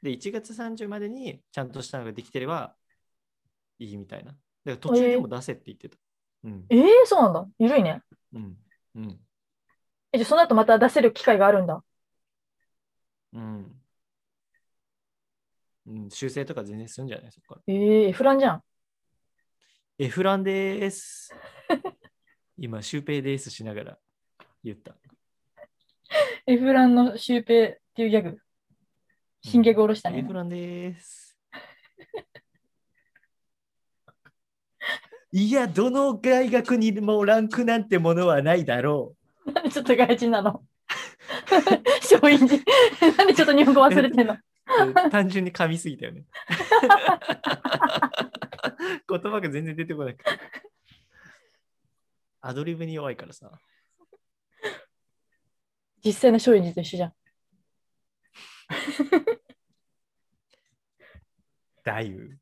A: で、1月30までにちゃんとしたのができてればいいみたいな。だから途中でも出せって言ってた。うん。
B: ええそうなんだ。ゆるいね。
A: うん。うん。
B: え、じゃあその後また出せる機会があるんだ。
A: うん。うん、修正とか全然するんじゃないそこから。
B: ええフランじゃん。
A: エフランです。今、シュウペイですしながら言った。
B: エフランのシュウペイっていうギャグ。新ギャグ下ろした
A: エ
B: ね
A: フ。ランです。いや、どの大学にもランクなんてものはないだろ
B: なん でちょっと外人なの松陰寺。 なんでちょっと日本語忘れてんの
A: う。単純に噛みすぎたよね。言葉が全然出てこなくて。アドリブに弱いからさ。
B: 実際の松陰寺と一緒じゃん。
A: だいぶ。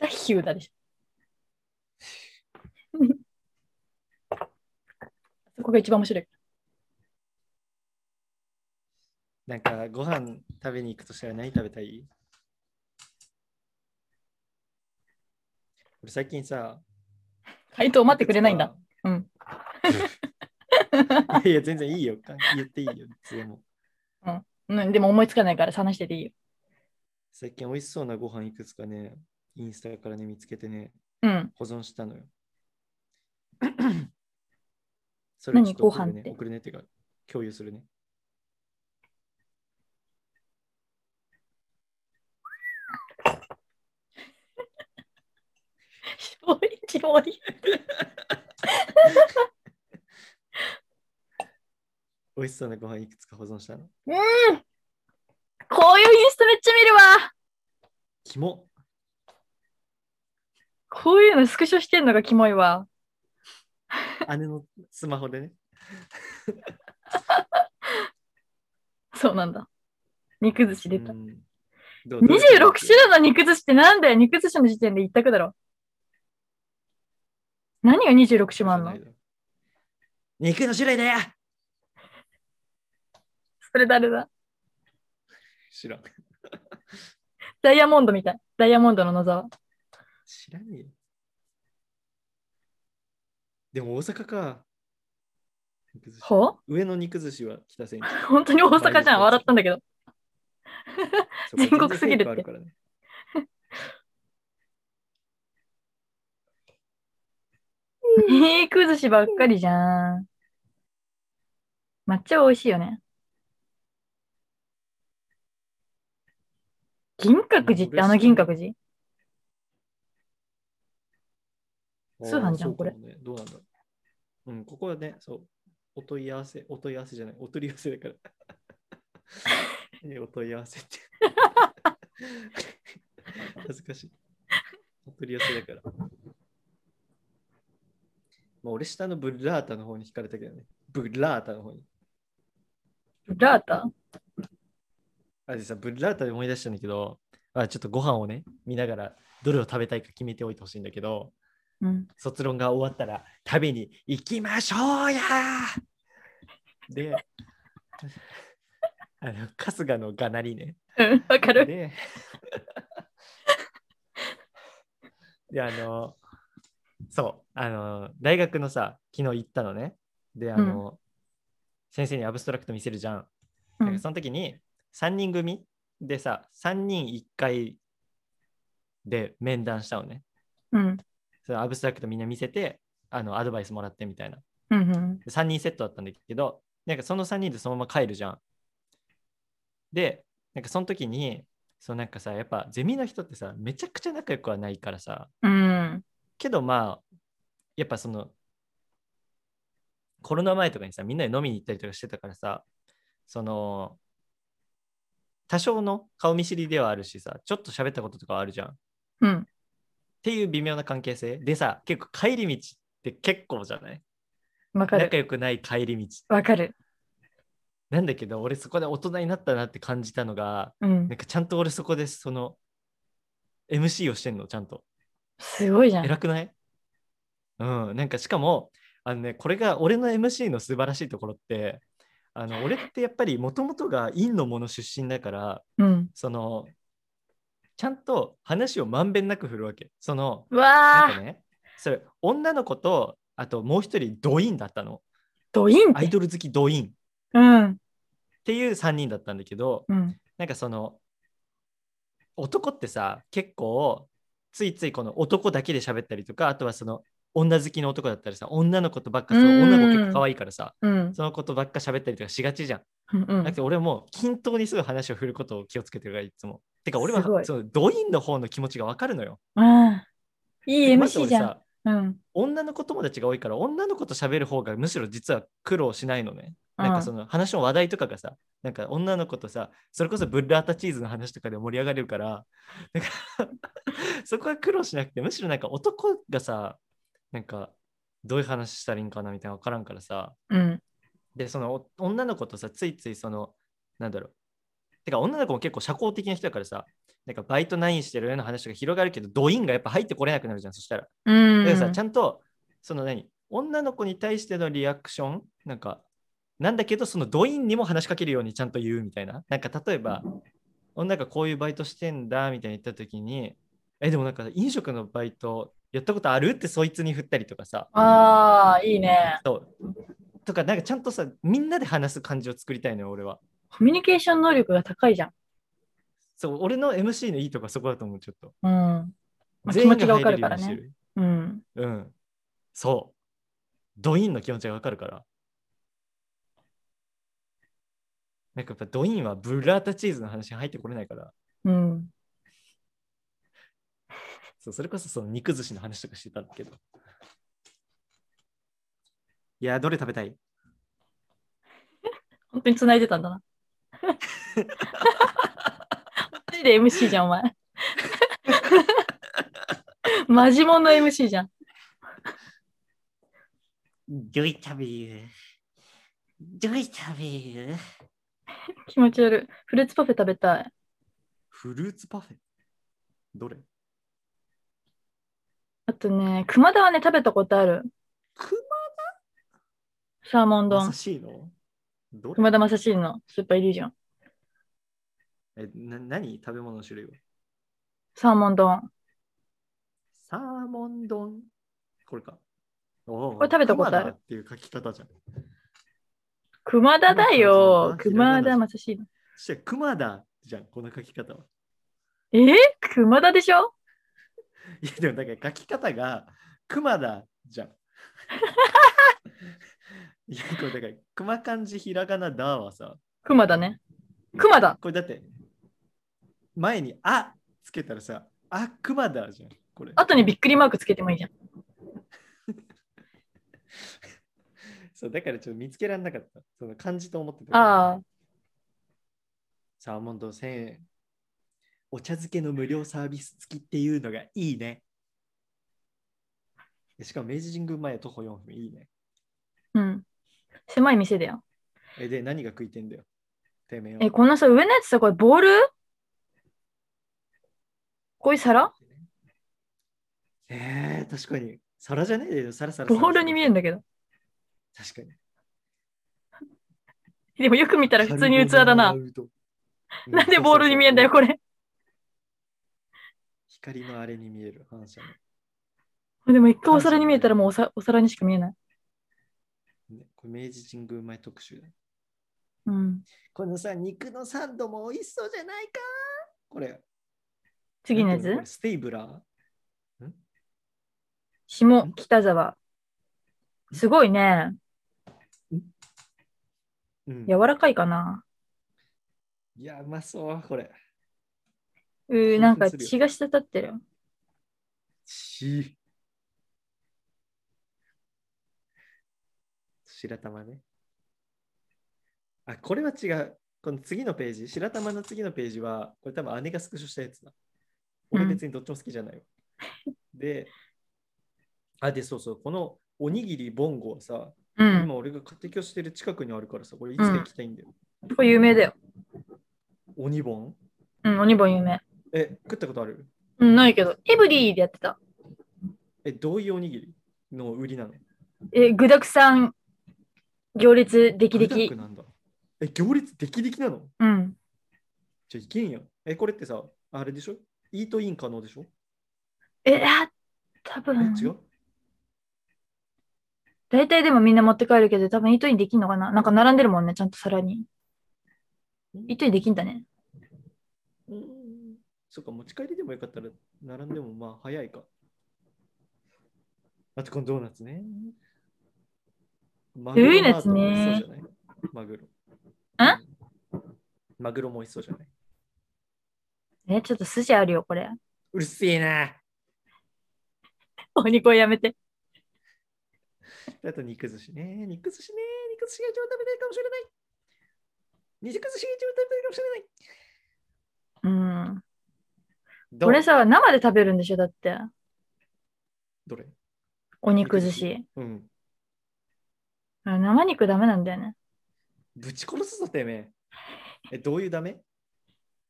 B: ザ・ヒューだでしょ。 そこが一番面白い。
A: なんかご飯食べに行くとしたら何食べたい俺最近さ。
B: 回答待ってくれないんだ。うん。
A: いやいや、全然いいよ。言っていいよ。いつでも
B: うん、でも思いつかないから話してていいよ。
A: 最近美味しそうなご飯いくつかね、インスタからね、見つけてね、
B: うん。
A: 保存したの よ。それちょっと送る
B: 何ご飯
A: ね
B: って
A: 送るねっていうか、共有するね。
B: 松陰寺終わり。
A: 美味しそうなご飯いくつか保存したの。
B: こういうインスタめっちゃ見るわ。
A: キ モ
B: こういうのスクショしてんのがキモいわ。
A: 姉のスマホでね。
B: そうなんだ。肉寿司出た。
A: うんどうどう
B: 26種類の肉寿司ってなんだよ肉寿司の時点で一択だろ。何が26種もあんの
A: 肉の種類だよ
B: それ誰だ
A: 知らん。
B: ダイヤモンドみたい。ダイヤモンドの野沢。
A: 知らねえよ。でも大阪か。肉寿司
B: ほう
A: 上の肉寿司は北千住。
B: 本当に大阪じゃん。笑ったんだけど。
A: そっか
B: 全国すぎる
A: 全然
B: って
A: フェイクあからね
B: 肉寿司ばっかりじゃん。抹茶は美味しいよね。銀閣寺ってあの銀閣寺通販じゃ
A: あーそ
B: ん
A: うかもねどうなんだろう。うん、ここはね、そう。お問い合わせ、お問い合わせじゃない、お取り寄せだから。 何お問い合わせって。 恥ずかしい。お取り寄せだから。まあ、俺下のブッラータの方に惹かれたけどね。ブッラータの方に。
B: ラータ
A: あでさ、ブッラータで思い出したんだけど、あちょっとご飯をね、見ながら、どれを食べたいか決めておいてほしいんだけど、
B: うん。
A: 卒論が終わったら食べに行きましょうやで、あの春日のがなりね。
B: うん、わかる。
A: で、で、あの、そう、あの、大学のさ、昨日行ったのね。で、あの、先生にアブストラクト見せるじゃん。
B: う
A: なん
B: ん
A: かその時に3人組でさ3人1回で面談したのね
B: うん。
A: そのアブストラクトみんな見せてあのアドバイスもらってみたいな
B: うんうん。
A: 3人セットだったんだけどなんかその3人でそのまま帰るじゃんでなんかその時にそうなんかさやっぱゼミの人ってさめちゃくちゃ仲良くはないからさ
B: うん。
A: けどまあやっぱそのコロナ前とかにさみんなで飲みに行ったりとかしてたからさその多少の顔見知りではあるしさちょっと喋ったこととかはあるじゃん
B: うん。
A: ていう微妙な関係性でさ結構帰り道って結構じゃない
B: わかる。
A: 仲良くない帰り道
B: わかる。
A: なんだけど俺そこで大人になったなって感じたのが
B: うん
A: なん。かちゃんと俺そこでその MC をしてんのちゃんと
B: すごいじゃん。
A: 偉くないうんなんかしかもあのねこれが俺の MC の素晴らしいところってあの俺ってやっぱりもともとが院のもの出身だから
B: うん。
A: そのちゃんと話をまんべんなく振るわけその
B: う
A: なん
B: わ
A: か
B: あ、
A: ねそれ女の子とあともう一人ドインだったの
B: ドイン
A: アイ
B: って。
A: ドル好きドインっ
B: うん。
A: ていう3人だったんだけど
B: うん。
A: なんかその男ってさ結構ついついこの男だけで喋ったりとかあとはその女好きの男だったりさ女の子とばっかそう
B: うん
A: 女の子結構可愛いからさ
B: うん。
A: その子とばっか喋ったりとかしがちじゃん。
B: うんう
A: だけ
B: ん。
A: ど俺はもう均等にすぐ話を振ることを気をつけてるからいつも。てか俺
B: すご
A: はいそのドインの方の気持ちがわかるのよ。
B: あーいい
A: まず
B: MC
A: 俺
B: じゃん。
A: さ
B: うん。
A: 女の子友達が多いから女の子と喋る方がむしろ実は苦労しないのね。なんかそ
B: の、
A: の話の話題とかがさ、なんか女の子とさ、それこそブッラータチーズの話とかで盛り上がれるから、なんかそこは苦労しなくて、むしろなんか男がさ、なんかどういう話したらいいんかなみたいなの分からんからさ、
B: うん。
A: で、そのお女の子とさ、ついついその、なんだろう、てか女の子も結構社交的な人だからさ、なんかバイト何してるような話が広がるけど、ドインがやっぱ入ってこれなくなるじゃん、そしたら。
B: うん。
A: だからさちゃんとその何女の子に対してのリアクションなんかなんだけどそのドインにも話しかけるようにちゃんと言うみたいななんか例えば女がこういうバイトしてんだみたいに言った時にえでもなんか飲食のバイトやったことあるってそいつに振ったりとかさ
B: ああ、いいね。
A: そうとかなんかちゃんとさみんなで話す感じを作りたいのよ俺は
B: コミュニケーション能力が高いじゃん。
A: そう俺の MC のいいとこはそこだと思うちょっと
B: うん。まあ、気持ちがわかるから
A: 全員が入れ
B: ね。
A: るよ
B: うん。
A: うにしてるうんそうドインの気持ちがわかるからなんかやっぱドインはブラータチーズの話に入ってこれないから
B: うん。
A: そうそれこそその肉寿司の話とかしてたんだけどいやーどれ食べたい
B: 本当に繋いでた んだな。マジで MC じゃん、お前。マジモンの MC じゃん。
A: どれ食べるどれ食べる
B: 気持ち悪い。フルーツパフェ食べたい。
A: フルーツパフェどれ
B: あとね、熊田はね、食べたことある。
A: 熊
B: サーモン丼
A: 優。しいのどれ
B: 熊田正史のスーパーイリュージョン。
A: えな何食べ物の種類は
B: サーモン丼。
A: サーモン丼。これか。お
B: これ食べたことある
A: っていう書き方じゃん。
B: 熊田だよ。
A: 熊
B: 熊
A: 田
B: 田
A: 正
B: 正史の。
A: そして、熊だじゃん、この書き方は。
B: えー、熊田でしょ
A: いや、でもだから書き方が熊だじゃん。いや、これだから、熊漢字ひらがなだはさ、
B: 熊田ね。熊田。
A: これだって、前にあつけたらさ、あ、熊だじゃん。これ。
B: あとにびっくりマークつけてもいいじゃん。
A: そう、だからちょっと見つけられなかった。その漢字と思ってた。
B: ああ。
A: サーモン丼1000円。お茶漬けの無料サービス付きっていうのがいいね。しかも明治神宮前徒歩4分いいね。
B: うん。狭い店だよ。
A: え、で、何が食いてんだよ。てめえは。
B: え、このさ、上のやつさ、これボールこういう皿
A: えー、確かに。皿じゃねえよ、皿皿。
B: ボールに見えるんだけど。
A: 確かに。
B: でもよく見たら普通に器だな。なんでボールに見えんだよ、
A: れ。
B: これ。
A: 光のあれに見える反射の
B: でも一回お皿に見えたらもうおさお皿にしか見えない。
A: ねこれ明治神宮前特集だ。
B: うん。
A: このさ、肉のサンドも美味しそうじゃないかこれ。
B: 次のや
A: なんていうこれ
B: つ
A: ステイブラー
B: 下北沢。すごいね。
A: うん
B: 柔らかいかな。
A: いや、うまそう、これ。
B: うー、なん
A: 興奮
B: か
A: するよ
B: 血が滴ってる。
A: し。白玉ね。あ、これは違う。この次のページ、白玉の次のページは、これ多分姉がスクショしたやつだ。俺
B: うん
A: 別にどっちも好きじゃないわ。で、あ、で、そうそう、このおにぎりボンゴはさ、
B: うん。
A: 今俺が家庭教してる近くにあるからさ、これいつか行きたいんだよ。
B: これ有名だよ。
A: おにぼん
B: うん、おにぼん有名。
A: え、食ったことある
B: うん、ないけど、エブリーでやってた。
A: え、どういうおにぎりの売りなの
B: え、具沢山、行列、できで
A: 具だ
B: き
A: く。なんだ。え、行列できできなの
B: うん。
A: じゃあいけんやん。え、これってさ、あれでしょイートイン可能でしょ
B: え、あ、多
A: え、
B: 分
A: 違う
B: 大体でもみんな持って帰るけど、多分イートインできんのかななんか並んでるもんね、ちゃんと皿に。イートインできんだね。
A: うん。そっか、持ち帰りでもよかったら、並んでもまあ早いか。あとこのドーナツね。マ
B: 古いやつね
A: マートも美味しそうじゃない。マグロ。んマグロも美味しそうじゃない。
B: え、ちょっと寿司あるよ、これ。
A: うるせえな。
B: お肉をやめて。
A: あと肉寿司ね。肉寿司ね。肉寿司が一番食べたいかもしれない。肉寿司が一番食べたいかもしれない。
B: うん。
A: ど
B: これさ、生で食べるんでしょだって。
A: どれ
B: お肉寿司。
A: うん。
B: あ生肉ダメなんだよね。
A: ぶち殺すぞ、てめえ。え、どういうダメ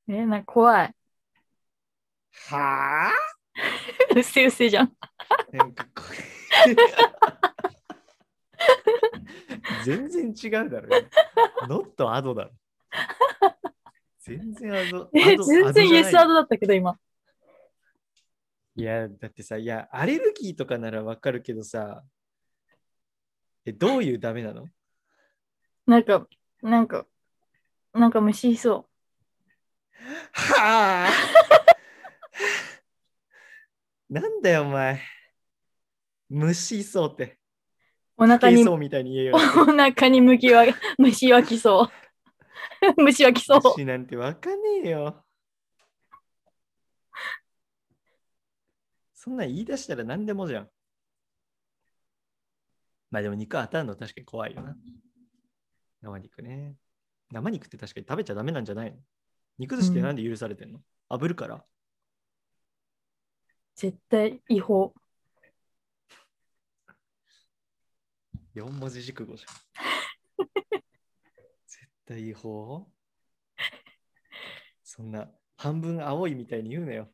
B: え、なんか怖い。
A: はあ
B: うっせうっせじゃん。
A: なんかこれ 全然違うだろ。ノットアドだろ。全然アド。
B: え、
A: アド
B: 全然イエスア
A: ドじゃない
B: ドだったけど、今。
A: いや、だってさ、いや、アレルギーとかならわかるけどさ、え、どういうダメなの
B: なんか、なんか、なんか虫いそ
A: はあなんだよ、お前。虫いそうって。
B: う。お腹に、
A: そうみたいに言えよ
B: お。腹にむきわ、 虫湧きそう。 虫湧きそう。
A: 虫なんてわかんねえよ。そんなん言い出したら何でもじゃん。まあでも肉当たるの確かに怖いよな。生肉ね。生肉って確かに食べちゃダメなんじゃないの肉寿司ってなんで許されてんの、炙るから。
B: 絶対違法。
A: 4文字熟語じゃん。 絶対違法そんな半分青いみたいに言うなよ。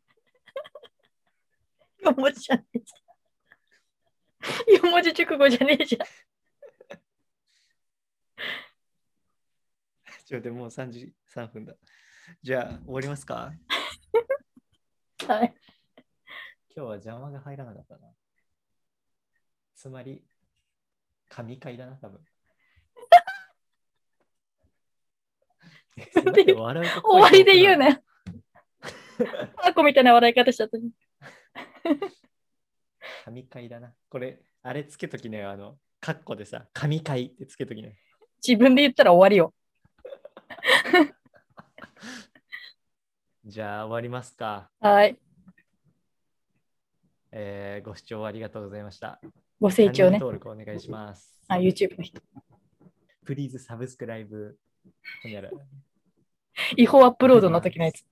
B: 4文字じゃねえじゃん。4文字熟語じゃねえじゃん。
A: ちょ、でもう3時3分だ。じゃあ、終わりますか
B: はい。
A: 今日は邪魔が入らなかったな。つまり、神回だな、 多分。
B: なんで言う
A: 笑うと声
B: 終わりで言う
A: ね。
B: ね。パーコみたいな笑い方しちゃった。
A: 神回だな。これ、あれつけときね、あの、カッコでさ、神回ってつけときね。
B: 自分で言ったら終わりよ。
A: じゃあ、終わりますか。
B: はい。
A: えーご視聴ありがとうございました。
B: ご清聴ね
A: チャンネル。登録お願いします。
B: あ、YouTube の人。
A: プリーズサブスクライブ。ほにゃら
B: 違法アップロードの時のやつ。